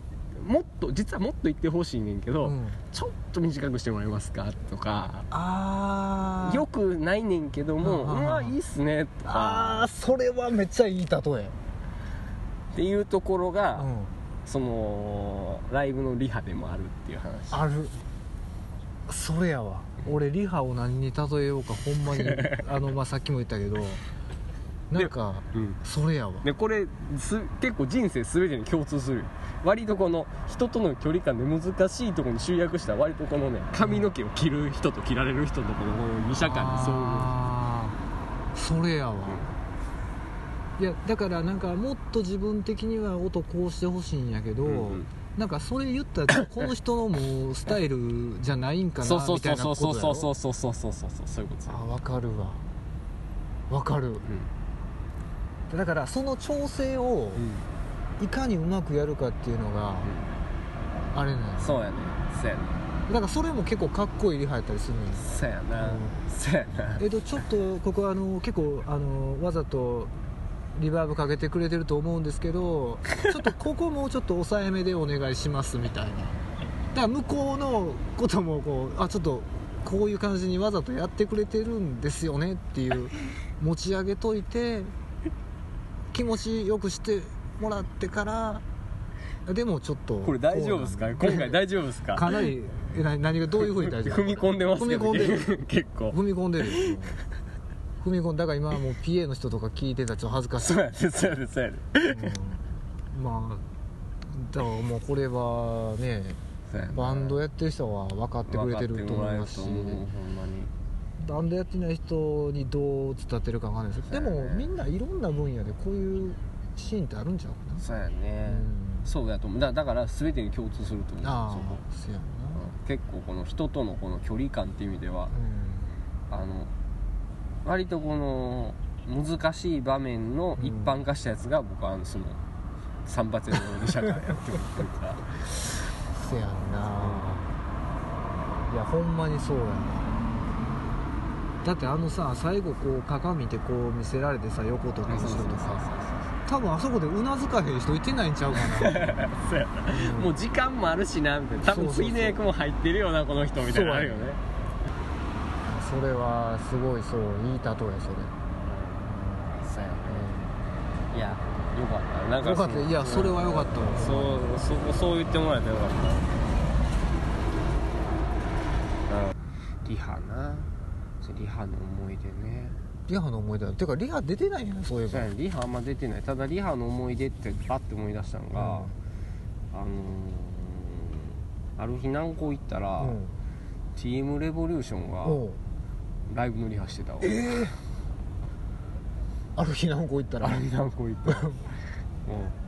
Speaker 1: もっと実はもっと言ってほしいねんけど、
Speaker 2: うん
Speaker 1: ちょっと短くしてもらえますかとか
Speaker 2: ああ
Speaker 1: よくないねんけども「
Speaker 2: はあはあ
Speaker 1: まあいいっすね」と
Speaker 2: あ
Speaker 1: か
Speaker 2: あそれはめっちゃいい例え
Speaker 1: っていうところ
Speaker 2: う
Speaker 1: が、
Speaker 2: ん
Speaker 1: そのライブのリハでもあるっていう話
Speaker 2: あるそれやわ俺リハを何に例えようかほん まにあの、まあ、さっきも言ったけどなんか
Speaker 1: うん
Speaker 2: それやわ
Speaker 1: でこれす結構人生全てに共通するよ割とこの人との距離感で難しいところに集約した割とこのね髪の毛を切る人と切られる人とこのこの二社会にそう
Speaker 2: あーそれやわ、いやだからなんかもっと自分的には音こうしてほしいんやけど、
Speaker 1: うんうん
Speaker 2: なんかそれ言ったらこの人のもうスタイルじゃないんか
Speaker 1: そう
Speaker 2: な
Speaker 1: そう
Speaker 2: みた
Speaker 1: そ
Speaker 2: いうな
Speaker 1: そ
Speaker 2: こ
Speaker 1: うそう
Speaker 2: と
Speaker 1: そう
Speaker 2: や
Speaker 1: そうそ
Speaker 2: ろ
Speaker 1: うそうそうそうそういうことです
Speaker 2: あ分かるわ分かるだからその調整を
Speaker 1: うん
Speaker 2: いかにうまくやるかっていうのがあれなんです
Speaker 1: そうやねそうやね
Speaker 2: だからそれも結構かっこいいリハやったりするんです
Speaker 1: そうやな
Speaker 2: うん
Speaker 1: そうやな
Speaker 2: えっとちょっとここあの結構あのわざとリバーブかけてくれてると思うんですけどちょっとここもうちょっと抑えめでお願いしますみたいなだから向こうのこともこうあちょっとこういう感じにわざとやってくれてるんですよねっていう持ち上げといて気持ちよくしてもらってからでもちょっと
Speaker 1: これ大丈夫ですか
Speaker 2: こうなん
Speaker 1: 今回大丈夫ですか
Speaker 2: かなりえな何がどういうふうに大丈 夫
Speaker 1: 踏み込んでますけど
Speaker 2: 踏み込んでる
Speaker 1: 結構
Speaker 2: 踏み込んでるよ もう踏み込んだから今はもう PA の人とか聞いてたらちょっと恥ずかしい
Speaker 1: そうやねそうやねそうやね
Speaker 2: うんまあだからもうこれはね
Speaker 1: そうやね
Speaker 2: バンドやってる人は分かってくれてると思いますし
Speaker 1: 分かってもらえると思うほんまに
Speaker 2: バンドやってない人にどう伝ってるか分かんないですけどで
Speaker 1: そうや
Speaker 2: も
Speaker 1: ね
Speaker 2: みんないろんな分野でこういうシーンってあるんちゃうかな
Speaker 1: そうやね
Speaker 2: うん
Speaker 1: そうやと思うだだから全てに共通すると思う
Speaker 2: あ
Speaker 1: そこ
Speaker 2: あそうやろな
Speaker 1: うん結構この人とのこの距離感っていう意味ではあの割とこの難しい場面の一般化したやつが僕はあのその散髪屋の社会やって思ってるから
Speaker 2: せやんないやほんまにそうやなだってあのさ最後こう鏡でこう見せられてさ横とか後ろとか多分あそこでうなずかへん人いてないんちゃうか な
Speaker 1: そうやもう時間もあるしなみたいな多分次の役も入ってるよなこの人みたいなのあるよね
Speaker 2: それはすごいそういい例えそれ、
Speaker 1: そうやねいやよかったなんか
Speaker 2: よかったいやそれはよかったわ
Speaker 1: そうそうそう言ってもらえたらよかったリハなそうリハの思い出ね
Speaker 2: リハの思い出だてかリハ出てないんやねそういえ
Speaker 1: そう
Speaker 2: ば
Speaker 1: やねリハあんま出てないただリハの思い出ってパッて思い出したのが、あのー、ある日南港行ったら、
Speaker 2: うん
Speaker 1: TM レボリューション
Speaker 2: お
Speaker 1: が
Speaker 2: う
Speaker 1: ライブのリハしてたわ
Speaker 2: ある日なんか行ったら
Speaker 1: あれ南港行った らうん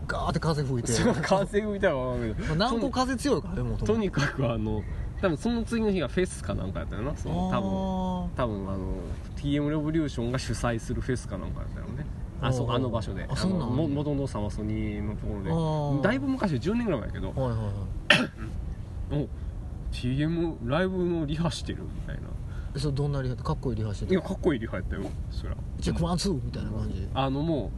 Speaker 2: ガーって風吹いて
Speaker 1: そう風吹いたわけど
Speaker 2: まあ南高風強いからねもう
Speaker 1: とにかくあの多分その次の日がフェスかなんかやったよなその多分
Speaker 2: 多
Speaker 1: 多分あの TM レボリューションが主催するフェスかなんかやったよねあそ
Speaker 2: おー
Speaker 1: うあの場所で
Speaker 2: あそんな
Speaker 1: の
Speaker 2: ん
Speaker 1: も元のサマソニーのとこ
Speaker 2: あ
Speaker 1: ろ
Speaker 2: ー
Speaker 1: でだいぶ昔10年ぐらい前やけど
Speaker 2: はいはいはい
Speaker 1: お TM ライブのリハしてるみたいな
Speaker 2: えそれどんなリハかっこいいリハし
Speaker 1: い
Speaker 2: て
Speaker 1: や
Speaker 2: た
Speaker 1: かっこいいリハやったよそりゃ
Speaker 2: チェックワンツーみたいな感じ
Speaker 1: あのも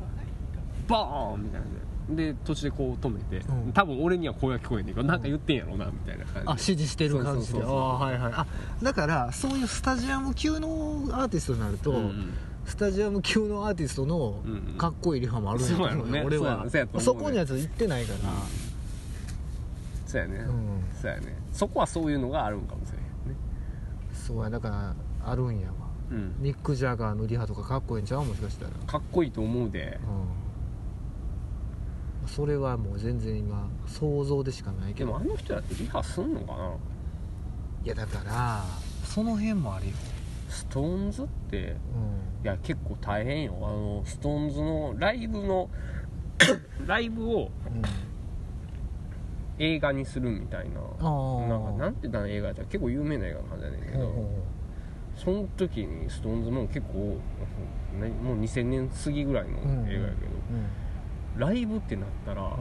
Speaker 1: うバーンみたいなでで途中でこう止めて、
Speaker 2: うん
Speaker 1: 多分俺には声が聞こえんねんけどなんか言ってんやろなみたいな感じ
Speaker 2: あ指示してる感じで
Speaker 1: そうそうそうそう
Speaker 2: ああはいはいあだからそういうスタジアム級のアーティストになると、
Speaker 1: うんうん
Speaker 2: スタジアム級のアーティストの
Speaker 1: うんうん
Speaker 2: かっこいいリハもあるんやと思うよ
Speaker 1: そうやろね
Speaker 2: 俺
Speaker 1: そう
Speaker 2: は
Speaker 1: やそうやと思うね
Speaker 2: そこにはちょっと行ってないか
Speaker 1: そうやね、
Speaker 2: ら、うん、
Speaker 1: そうやねそこはそういうのがあるんかもしれへんね
Speaker 2: そうやだからあるんやわ
Speaker 1: うん
Speaker 2: ニック・ジャガーのリハとかかっこいいんちゃうもしかしたら、
Speaker 1: かっこいいと思うで
Speaker 2: うん、それはもう全然今想像でしかないけ
Speaker 1: でも
Speaker 2: ど
Speaker 1: あの人だってリハすんのかない
Speaker 2: やだからその辺もあるよ、
Speaker 1: ストーンズって
Speaker 2: う
Speaker 1: いや結構大変よあのストーンズのライブの ライブを
Speaker 2: んうん、
Speaker 1: 映画にするみたいな
Speaker 2: あー
Speaker 1: なんかなんて言ったら映画やったら結構有名な映画のはずやねんけ
Speaker 2: ほう
Speaker 1: ど
Speaker 2: ほ
Speaker 1: その時にストーンズも結構ねもう2000年過ぎぐらいの
Speaker 2: うん
Speaker 1: 映画やけど、
Speaker 2: ううん
Speaker 1: ライブってなったら、
Speaker 2: うん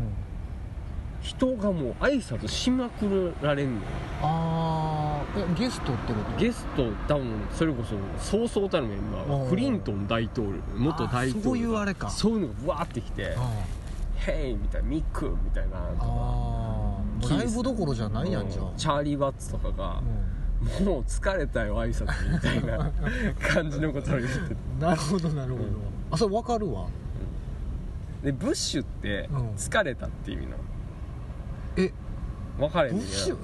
Speaker 1: 人がもう挨拶しまくられんのよ
Speaker 2: ああえゲストってこと
Speaker 1: ゲスト多分それこそそうそうたるメンバー
Speaker 2: うん
Speaker 1: がクリントン大統領元大統領
Speaker 2: あそういうあれか
Speaker 1: そういうのがわーってきて
Speaker 2: あ
Speaker 1: 「ヘイ!」みたいな「ミック!」みたいな
Speaker 2: ああ
Speaker 1: キー
Speaker 2: あ
Speaker 1: ス
Speaker 2: ライブどころじゃないやんじゃ
Speaker 1: う
Speaker 2: あ
Speaker 1: チャーリー・バッツとかが「もう疲れたよ挨拶」みたい な感じのことを言ってて
Speaker 2: うんなるほどなるほど、
Speaker 1: うん
Speaker 2: あそれ分かるわ
Speaker 1: でブッシュって
Speaker 2: うん
Speaker 1: 疲れたって意味なの
Speaker 2: え
Speaker 1: 分かれへんねん
Speaker 2: ブッシュ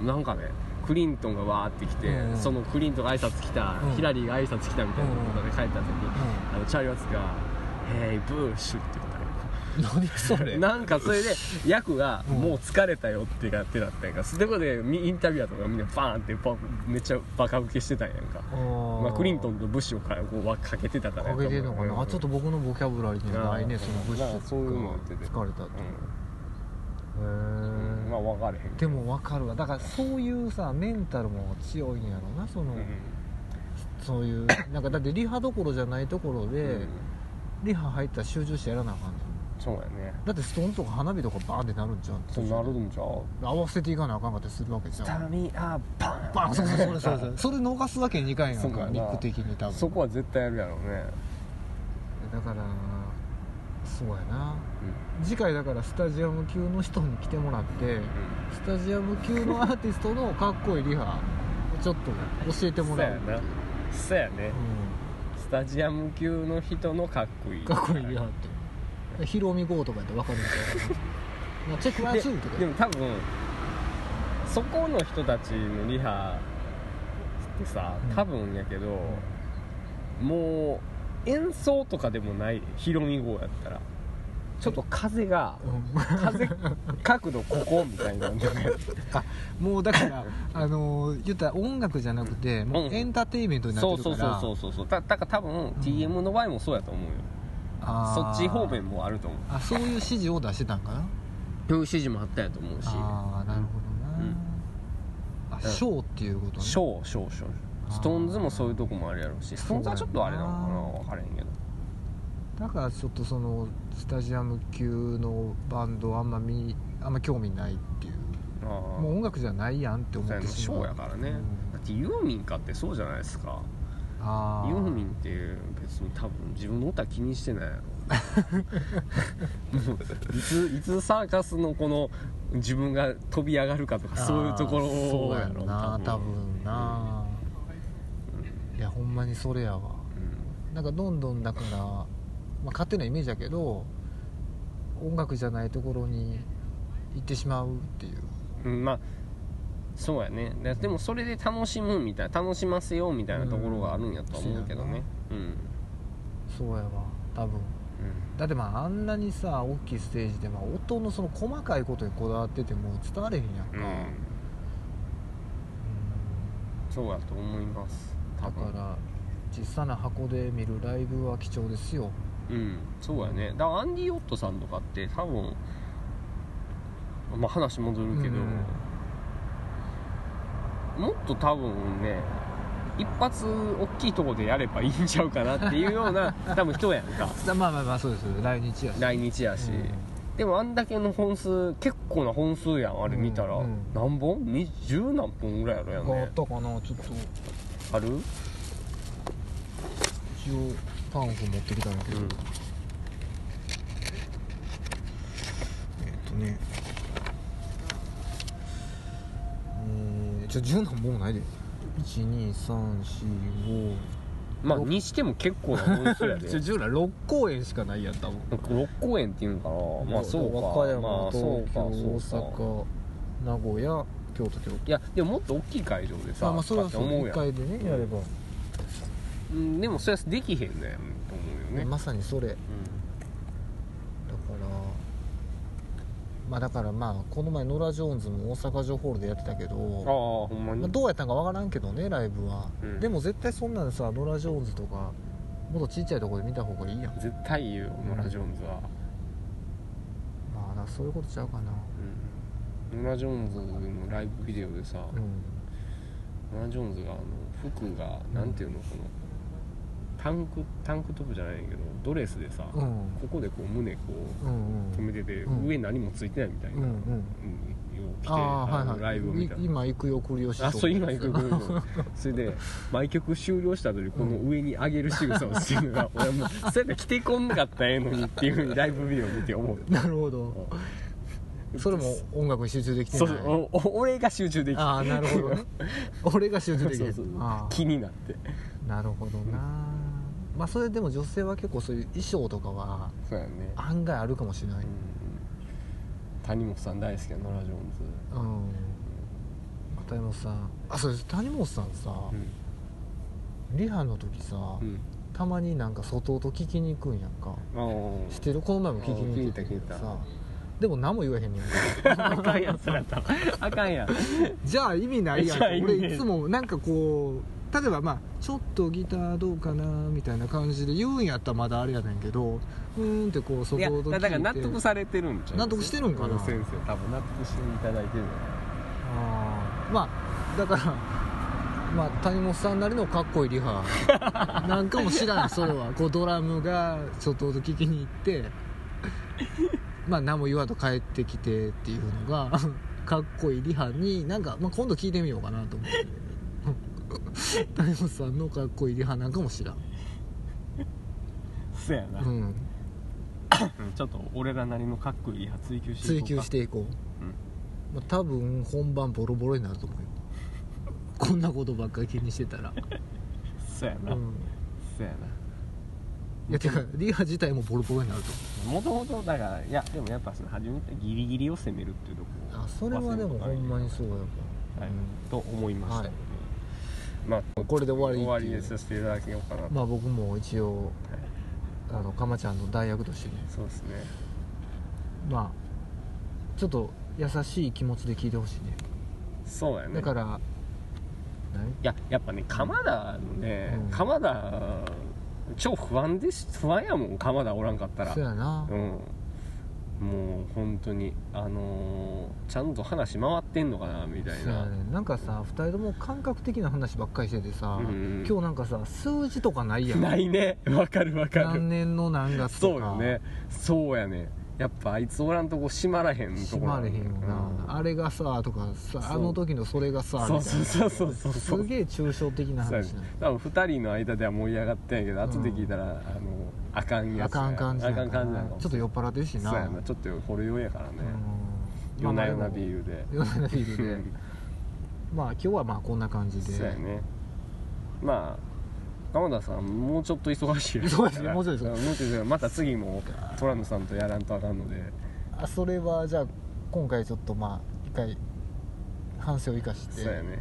Speaker 1: うん、なんかねクリントンがわーってきて、
Speaker 2: うん
Speaker 1: そのクリントンが挨拶来た、
Speaker 2: うん
Speaker 1: ヒラリーが挨拶来たみたいなことで帰った時に、あのチャーリー・ワッツが「ヘイブッシュ」って言ったのよ
Speaker 2: 何それ
Speaker 1: なんかそれで役が「
Speaker 2: うん
Speaker 1: もう疲れたよ」ってなってなったんやんかそこでみインタビュアーとかみんなバーンってパめっちゃバカ受けしてたんやんか
Speaker 2: あー
Speaker 1: まあ、クリントンとブッシュをかこうわかけてたからや
Speaker 2: あ
Speaker 1: と思
Speaker 2: げ
Speaker 1: う
Speaker 2: てんのかなあちょっと僕のボキャブラリーにはないね
Speaker 1: あー
Speaker 2: その物
Speaker 1: まあそういうのってて
Speaker 2: 疲れたってへ
Speaker 1: うん、まあ
Speaker 2: え
Speaker 1: 分かれへん
Speaker 2: でも分かるわだからそういうさメンタルも強いんやろなその、
Speaker 1: うん
Speaker 2: そういうなんかだってリハどころじゃないところで、
Speaker 1: うん
Speaker 2: リハ入ったら集中してやらなあかんねん
Speaker 1: そうやね
Speaker 2: だってストーンとか花火とかバーンってなるんじゃん
Speaker 1: そうなるんちゃう
Speaker 2: 合わせていかなあかんかったりするわけじゃ
Speaker 1: タ
Speaker 2: ん
Speaker 1: ミアバン
Speaker 2: バーンそうそうそうそう そうそれ逃すわけにいかんや
Speaker 1: そ
Speaker 2: ん
Speaker 1: うか
Speaker 2: か
Speaker 1: な
Speaker 2: リック的に多分
Speaker 1: そこは絶対やるやろうね
Speaker 2: だからそうやな次回だからスタジアム級の人に来てもらってスタジアム級のアーティストのかっこいいリハちょっと教えて
Speaker 1: うん
Speaker 2: も
Speaker 1: そう
Speaker 2: ら
Speaker 1: や
Speaker 2: うう、
Speaker 1: なそうやねスタジアム級の人のかっこいい
Speaker 2: ん、かっこいいリハってヒロミ号とかやったら分かるん ちゃうかなチェックワン
Speaker 1: で
Speaker 2: ツーとか
Speaker 1: でも多分そこの人たちのリハってさ
Speaker 2: うん
Speaker 1: 多分やけど、もう演奏とかでもないヒロミ号やったらちょっと風が
Speaker 2: うん
Speaker 1: 風角度ここみたいなのが
Speaker 2: あもうだから、あのー言ったら音楽じゃなくて、もうエンターテインメントにな
Speaker 1: そ
Speaker 2: っ
Speaker 1: う
Speaker 2: て
Speaker 1: そう
Speaker 2: るか
Speaker 1: そう
Speaker 2: ら
Speaker 1: そうそうそうだだから多分 TM の場合もそうやと思うよ、
Speaker 2: あ
Speaker 1: そ
Speaker 2: ー
Speaker 1: っち方面もあると思う
Speaker 2: あそういう指示を出してたんかな
Speaker 1: そういう指示もあったやと思うし
Speaker 2: ああなるほどな、
Speaker 1: うん
Speaker 2: あショーっていうことね
Speaker 1: ショーショーショー
Speaker 2: あー
Speaker 1: ストーンズもそういうとこもあるやろうしストーンズはちょっとあれなのかな分からへんけど
Speaker 2: だからちょっとそのスタジアム級のバンドあんま見あんま興味ないっていう
Speaker 1: あー
Speaker 2: もう音楽じゃないやんって思
Speaker 1: そうや
Speaker 2: って
Speaker 1: なシ
Speaker 2: しまう
Speaker 1: ョーやからね、
Speaker 2: うん
Speaker 1: だってユーミンかってそうじゃないですか
Speaker 2: あ
Speaker 1: ユー
Speaker 2: ー
Speaker 1: ミンって別に多分自分の歌気にしてないや ろもういついつサーカスのこの自分が飛び上がるかとか そういうとこ
Speaker 2: あーそう
Speaker 1: ろ
Speaker 2: や
Speaker 1: や
Speaker 2: ろ
Speaker 1: ろ
Speaker 2: な多分な、いやほんまにそれやわなんかどんどんだから、まあ、勝手なイメージだけど音楽じゃないところに行ってしまうっていう
Speaker 1: うん、うんまあそうやねででもそれで楽しむみたいな楽しませようみたいなところがあるんやとは思うけどねうん、うん
Speaker 2: そうやわ多分だってまああんなにさ大きいステージで、まあ、音のその細かいことにこだわってても伝われへんやん
Speaker 1: う
Speaker 2: か、
Speaker 1: んそうやと思います
Speaker 2: うん
Speaker 1: 多
Speaker 2: だ
Speaker 1: 分
Speaker 2: から小さな箱で見るライブは貴重ですよ
Speaker 1: うんそうやねだからアンディ・オットさんとかって多分まあ話戻るけど、
Speaker 2: うん
Speaker 1: もっと多分ね一発大きいとこでやればいいんちゃうかなっていうよう な多分人やんか
Speaker 2: まあまあまあそうです来日やし
Speaker 1: 来日やし、でもあんだけの本数結構な本数やんあれ見たら、
Speaker 2: うんうん
Speaker 1: 何本に十何本ぐらいやろや
Speaker 2: うんん、があっ
Speaker 1: ね
Speaker 2: たかなちょっと
Speaker 1: ある、うん、
Speaker 2: 一応パンフ持ってきたんだけど、えーっとねえー、ちょ十何本もないで12345
Speaker 1: まあにしても結構な本数や で
Speaker 2: ちょ十何6公演しかないやったもん
Speaker 1: 六公演っていうんかなまあそうか
Speaker 2: 和歌山、
Speaker 1: まあ、
Speaker 2: 東
Speaker 1: そうか
Speaker 2: 京
Speaker 1: そうか
Speaker 2: 大阪名古屋京都京都
Speaker 1: いやでももっと大きい会場でさ
Speaker 2: あまあそれは
Speaker 1: と
Speaker 2: そ
Speaker 1: かって
Speaker 2: う
Speaker 1: 思う
Speaker 2: 一
Speaker 1: やん、
Speaker 2: 回でねやれば、
Speaker 1: うん、でもそれはできへんねんと思うよね、
Speaker 2: まさにそれだか
Speaker 1: う
Speaker 2: らまあだからまあこの前ノラ・ジョーンズも大阪城ホールでやってたけ
Speaker 1: ん、
Speaker 2: ど
Speaker 1: ああほんまに、
Speaker 2: まあ、どうやったんかわからんけどねライブは、
Speaker 1: うん
Speaker 2: でも絶対そんなんさノラ・ジョーンズとかもっとちっちゃいとこで見た方がいいやん
Speaker 1: 絶対いいよノラ・ジョーンズは、
Speaker 2: まあなそういうことちゃうかな
Speaker 1: うん、ノラ・ジョーンズのライブビデオでさ、
Speaker 2: うん
Speaker 1: ノラ・ジョーンズがあの服がなんていうのこのタンクタンクトップじゃないけどドレスでさ、
Speaker 2: うん
Speaker 1: ここでこう胸こ
Speaker 2: うん
Speaker 1: う
Speaker 2: う
Speaker 1: 止
Speaker 2: ん
Speaker 1: めてて、
Speaker 2: うん
Speaker 1: 上何もついてないみたいな、
Speaker 2: うんう
Speaker 1: うん
Speaker 2: ん
Speaker 1: よう着て
Speaker 2: ああ
Speaker 1: あ
Speaker 2: はい
Speaker 1: の
Speaker 2: はい
Speaker 1: ライブを見た
Speaker 2: い今行くよクリオシ
Speaker 1: あそう今行く部分それで毎曲終了した後にこの上に上げる仕草をしてるのが、俺はもうそうやって着てこんなかったらええのにっていうふうにライブビデオ見て思う
Speaker 2: なるほどそれも音楽に集中できて
Speaker 1: そう
Speaker 2: ない
Speaker 1: そうおお俺が集中できて
Speaker 2: ああなるほど ね俺が集中でき
Speaker 1: そ
Speaker 2: る
Speaker 1: うそう
Speaker 2: あ
Speaker 1: 気になって
Speaker 2: あなるほどなまあそれでも女性は結構そういう衣装とかは
Speaker 1: そうやね
Speaker 2: 案外あるかもしれない
Speaker 1: うん谷本さん大好きやノラ・ジョーンズ、
Speaker 2: うん谷本さんあそうです谷本さんさ、リハの時さ、
Speaker 1: うん
Speaker 2: たまになんか外音聞きに行くんやんか
Speaker 1: うん、
Speaker 2: 知ってるこの前も聞きに行っ
Speaker 1: 聞
Speaker 2: て
Speaker 1: いた聞いた
Speaker 2: さでも何も言わへ んねん
Speaker 1: あかんやんそれやったらあかんやん
Speaker 2: じゃあ意味ないやん
Speaker 1: じゃあ意味ない
Speaker 2: 俺いつもなんかこう例えばまあちょっとギターどうかなみたいな感じで言うんやったらまだあれやねんけどうーんってこうそ
Speaker 1: い
Speaker 2: こ
Speaker 1: や
Speaker 2: を
Speaker 1: だから納得されてるんちゃう
Speaker 2: 納得してるんかな
Speaker 1: 先生多分納得していただいてるんじゃない
Speaker 2: あーまあだから まあ谷本さんなりのかっこいいリハなんかも知らんそれはこうドラムがちょっと聞きに行ってまあ何も言わんと帰ってきてっていうのがかっこいいリハになんか、まあ、今度聞いてみようかなと思って谷本さんのかっこいいリハなんかも知らん
Speaker 1: そうやな、
Speaker 2: うん
Speaker 1: ちょっと俺らなりのかっこいいや追求していこう
Speaker 2: 追
Speaker 1: か
Speaker 2: 求していこう、まあ、多分本番ボロボロになると思うよこんなことばっかり気にしてたら、
Speaker 1: そうやな、
Speaker 2: うん
Speaker 1: そうや
Speaker 2: いやてかリハ自体もボロボロになると
Speaker 1: なもともとだからいやでもやっぱその初めてギリギリを攻めるっていうところ
Speaker 2: あそれはでもほんまにそうやわ
Speaker 1: はい
Speaker 2: うん
Speaker 1: と思いましたので、まあ
Speaker 2: これで終わり
Speaker 1: 終
Speaker 2: っていう
Speaker 1: わりでさせていただきようかなと、
Speaker 2: まあ僕も一応
Speaker 1: はい
Speaker 2: あのかまちゃんの代役としてね
Speaker 1: そうですね
Speaker 2: まあちょっと優しい気持ちで聞いてほしいね
Speaker 1: そうやね
Speaker 2: だから、
Speaker 1: い
Speaker 2: 何
Speaker 1: ややっぱね鎌田のね、
Speaker 2: うん
Speaker 1: 鎌田超不安です不安やもん鎌田おらんかったら
Speaker 2: そうやな
Speaker 1: うんもう本当にあのーちゃんと話回ってんのかなみたい
Speaker 2: そうや
Speaker 1: な、
Speaker 2: ねなんかさ2人とも感覚的な話ばっかりしててさ、
Speaker 1: うんうん
Speaker 2: 今日なんかさ数字とかないやん
Speaker 1: ないねわかるわかる
Speaker 2: 何年の何月と
Speaker 1: そ
Speaker 2: か
Speaker 1: うよねそうやねやっぱあいつおらんとこ閉まらへんと
Speaker 2: 閉
Speaker 1: ころ
Speaker 2: まれへんよな、
Speaker 1: うん
Speaker 2: あれがさとかさ
Speaker 1: そう
Speaker 2: あの時のそれがさ
Speaker 1: そう
Speaker 2: みたい
Speaker 1: そう
Speaker 2: な
Speaker 1: そうそうそうそ
Speaker 2: す
Speaker 1: う
Speaker 2: げえ抽象的な
Speaker 1: そうや
Speaker 2: 話
Speaker 1: ね
Speaker 2: なの
Speaker 1: 多分2人の間では盛り上がったんやけど、後で聞いたらあのあかんや
Speaker 2: あ
Speaker 1: つや
Speaker 2: かん感じ
Speaker 1: あ
Speaker 2: な
Speaker 1: か
Speaker 2: ん
Speaker 1: ん
Speaker 2: か
Speaker 1: 感じ
Speaker 2: な
Speaker 1: なの
Speaker 2: ちょっと酔っ払ってるしな
Speaker 1: そうやなちょっとこれ用やからね、
Speaker 2: うん
Speaker 1: 夜な夜なビー
Speaker 2: ル
Speaker 1: ルで
Speaker 2: 夜な夜なビールで まあ今日はまあこんな感じで
Speaker 1: そうやねまあ鎌田さんもうちょっと忙しいやろ
Speaker 2: そうですねもうちょい忙しい
Speaker 1: んもうちょい忙しいまた次もトラノさんとやらんとあかんので
Speaker 2: あそれはじゃあ今回ちょっとまあ一回反省を生かして
Speaker 1: そうやね、
Speaker 2: うん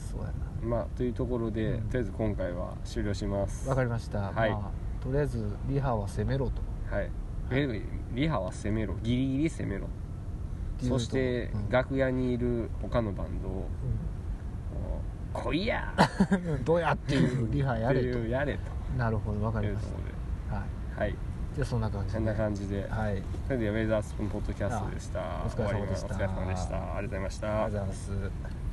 Speaker 2: そうやな
Speaker 1: うん、まあというところで、
Speaker 2: うん
Speaker 1: とりあえず今回は終了します
Speaker 2: わかりました、
Speaker 1: はい
Speaker 2: まあ、とりあえずリハは攻めろと
Speaker 1: はいえリハは攻めろギリギリ攻めろそして
Speaker 2: うん
Speaker 1: 楽屋にいる他のバンドを「来いや!」
Speaker 2: うんどうやっていう リハや
Speaker 1: って
Speaker 2: れと
Speaker 1: いうやれ
Speaker 2: なるほどわか
Speaker 1: とい
Speaker 2: り
Speaker 1: う
Speaker 2: ま
Speaker 1: と
Speaker 2: し
Speaker 1: ころで
Speaker 2: た
Speaker 1: は
Speaker 2: はい
Speaker 1: い
Speaker 2: じゃあそんな感じ
Speaker 1: そ
Speaker 2: で
Speaker 1: んな感じで
Speaker 2: はいあり
Speaker 1: それではウェザースプーンポッドキャストでした
Speaker 2: あお疲れ様でした
Speaker 1: 終わりますお疲れ様でしたありがとうございました
Speaker 2: がとうございます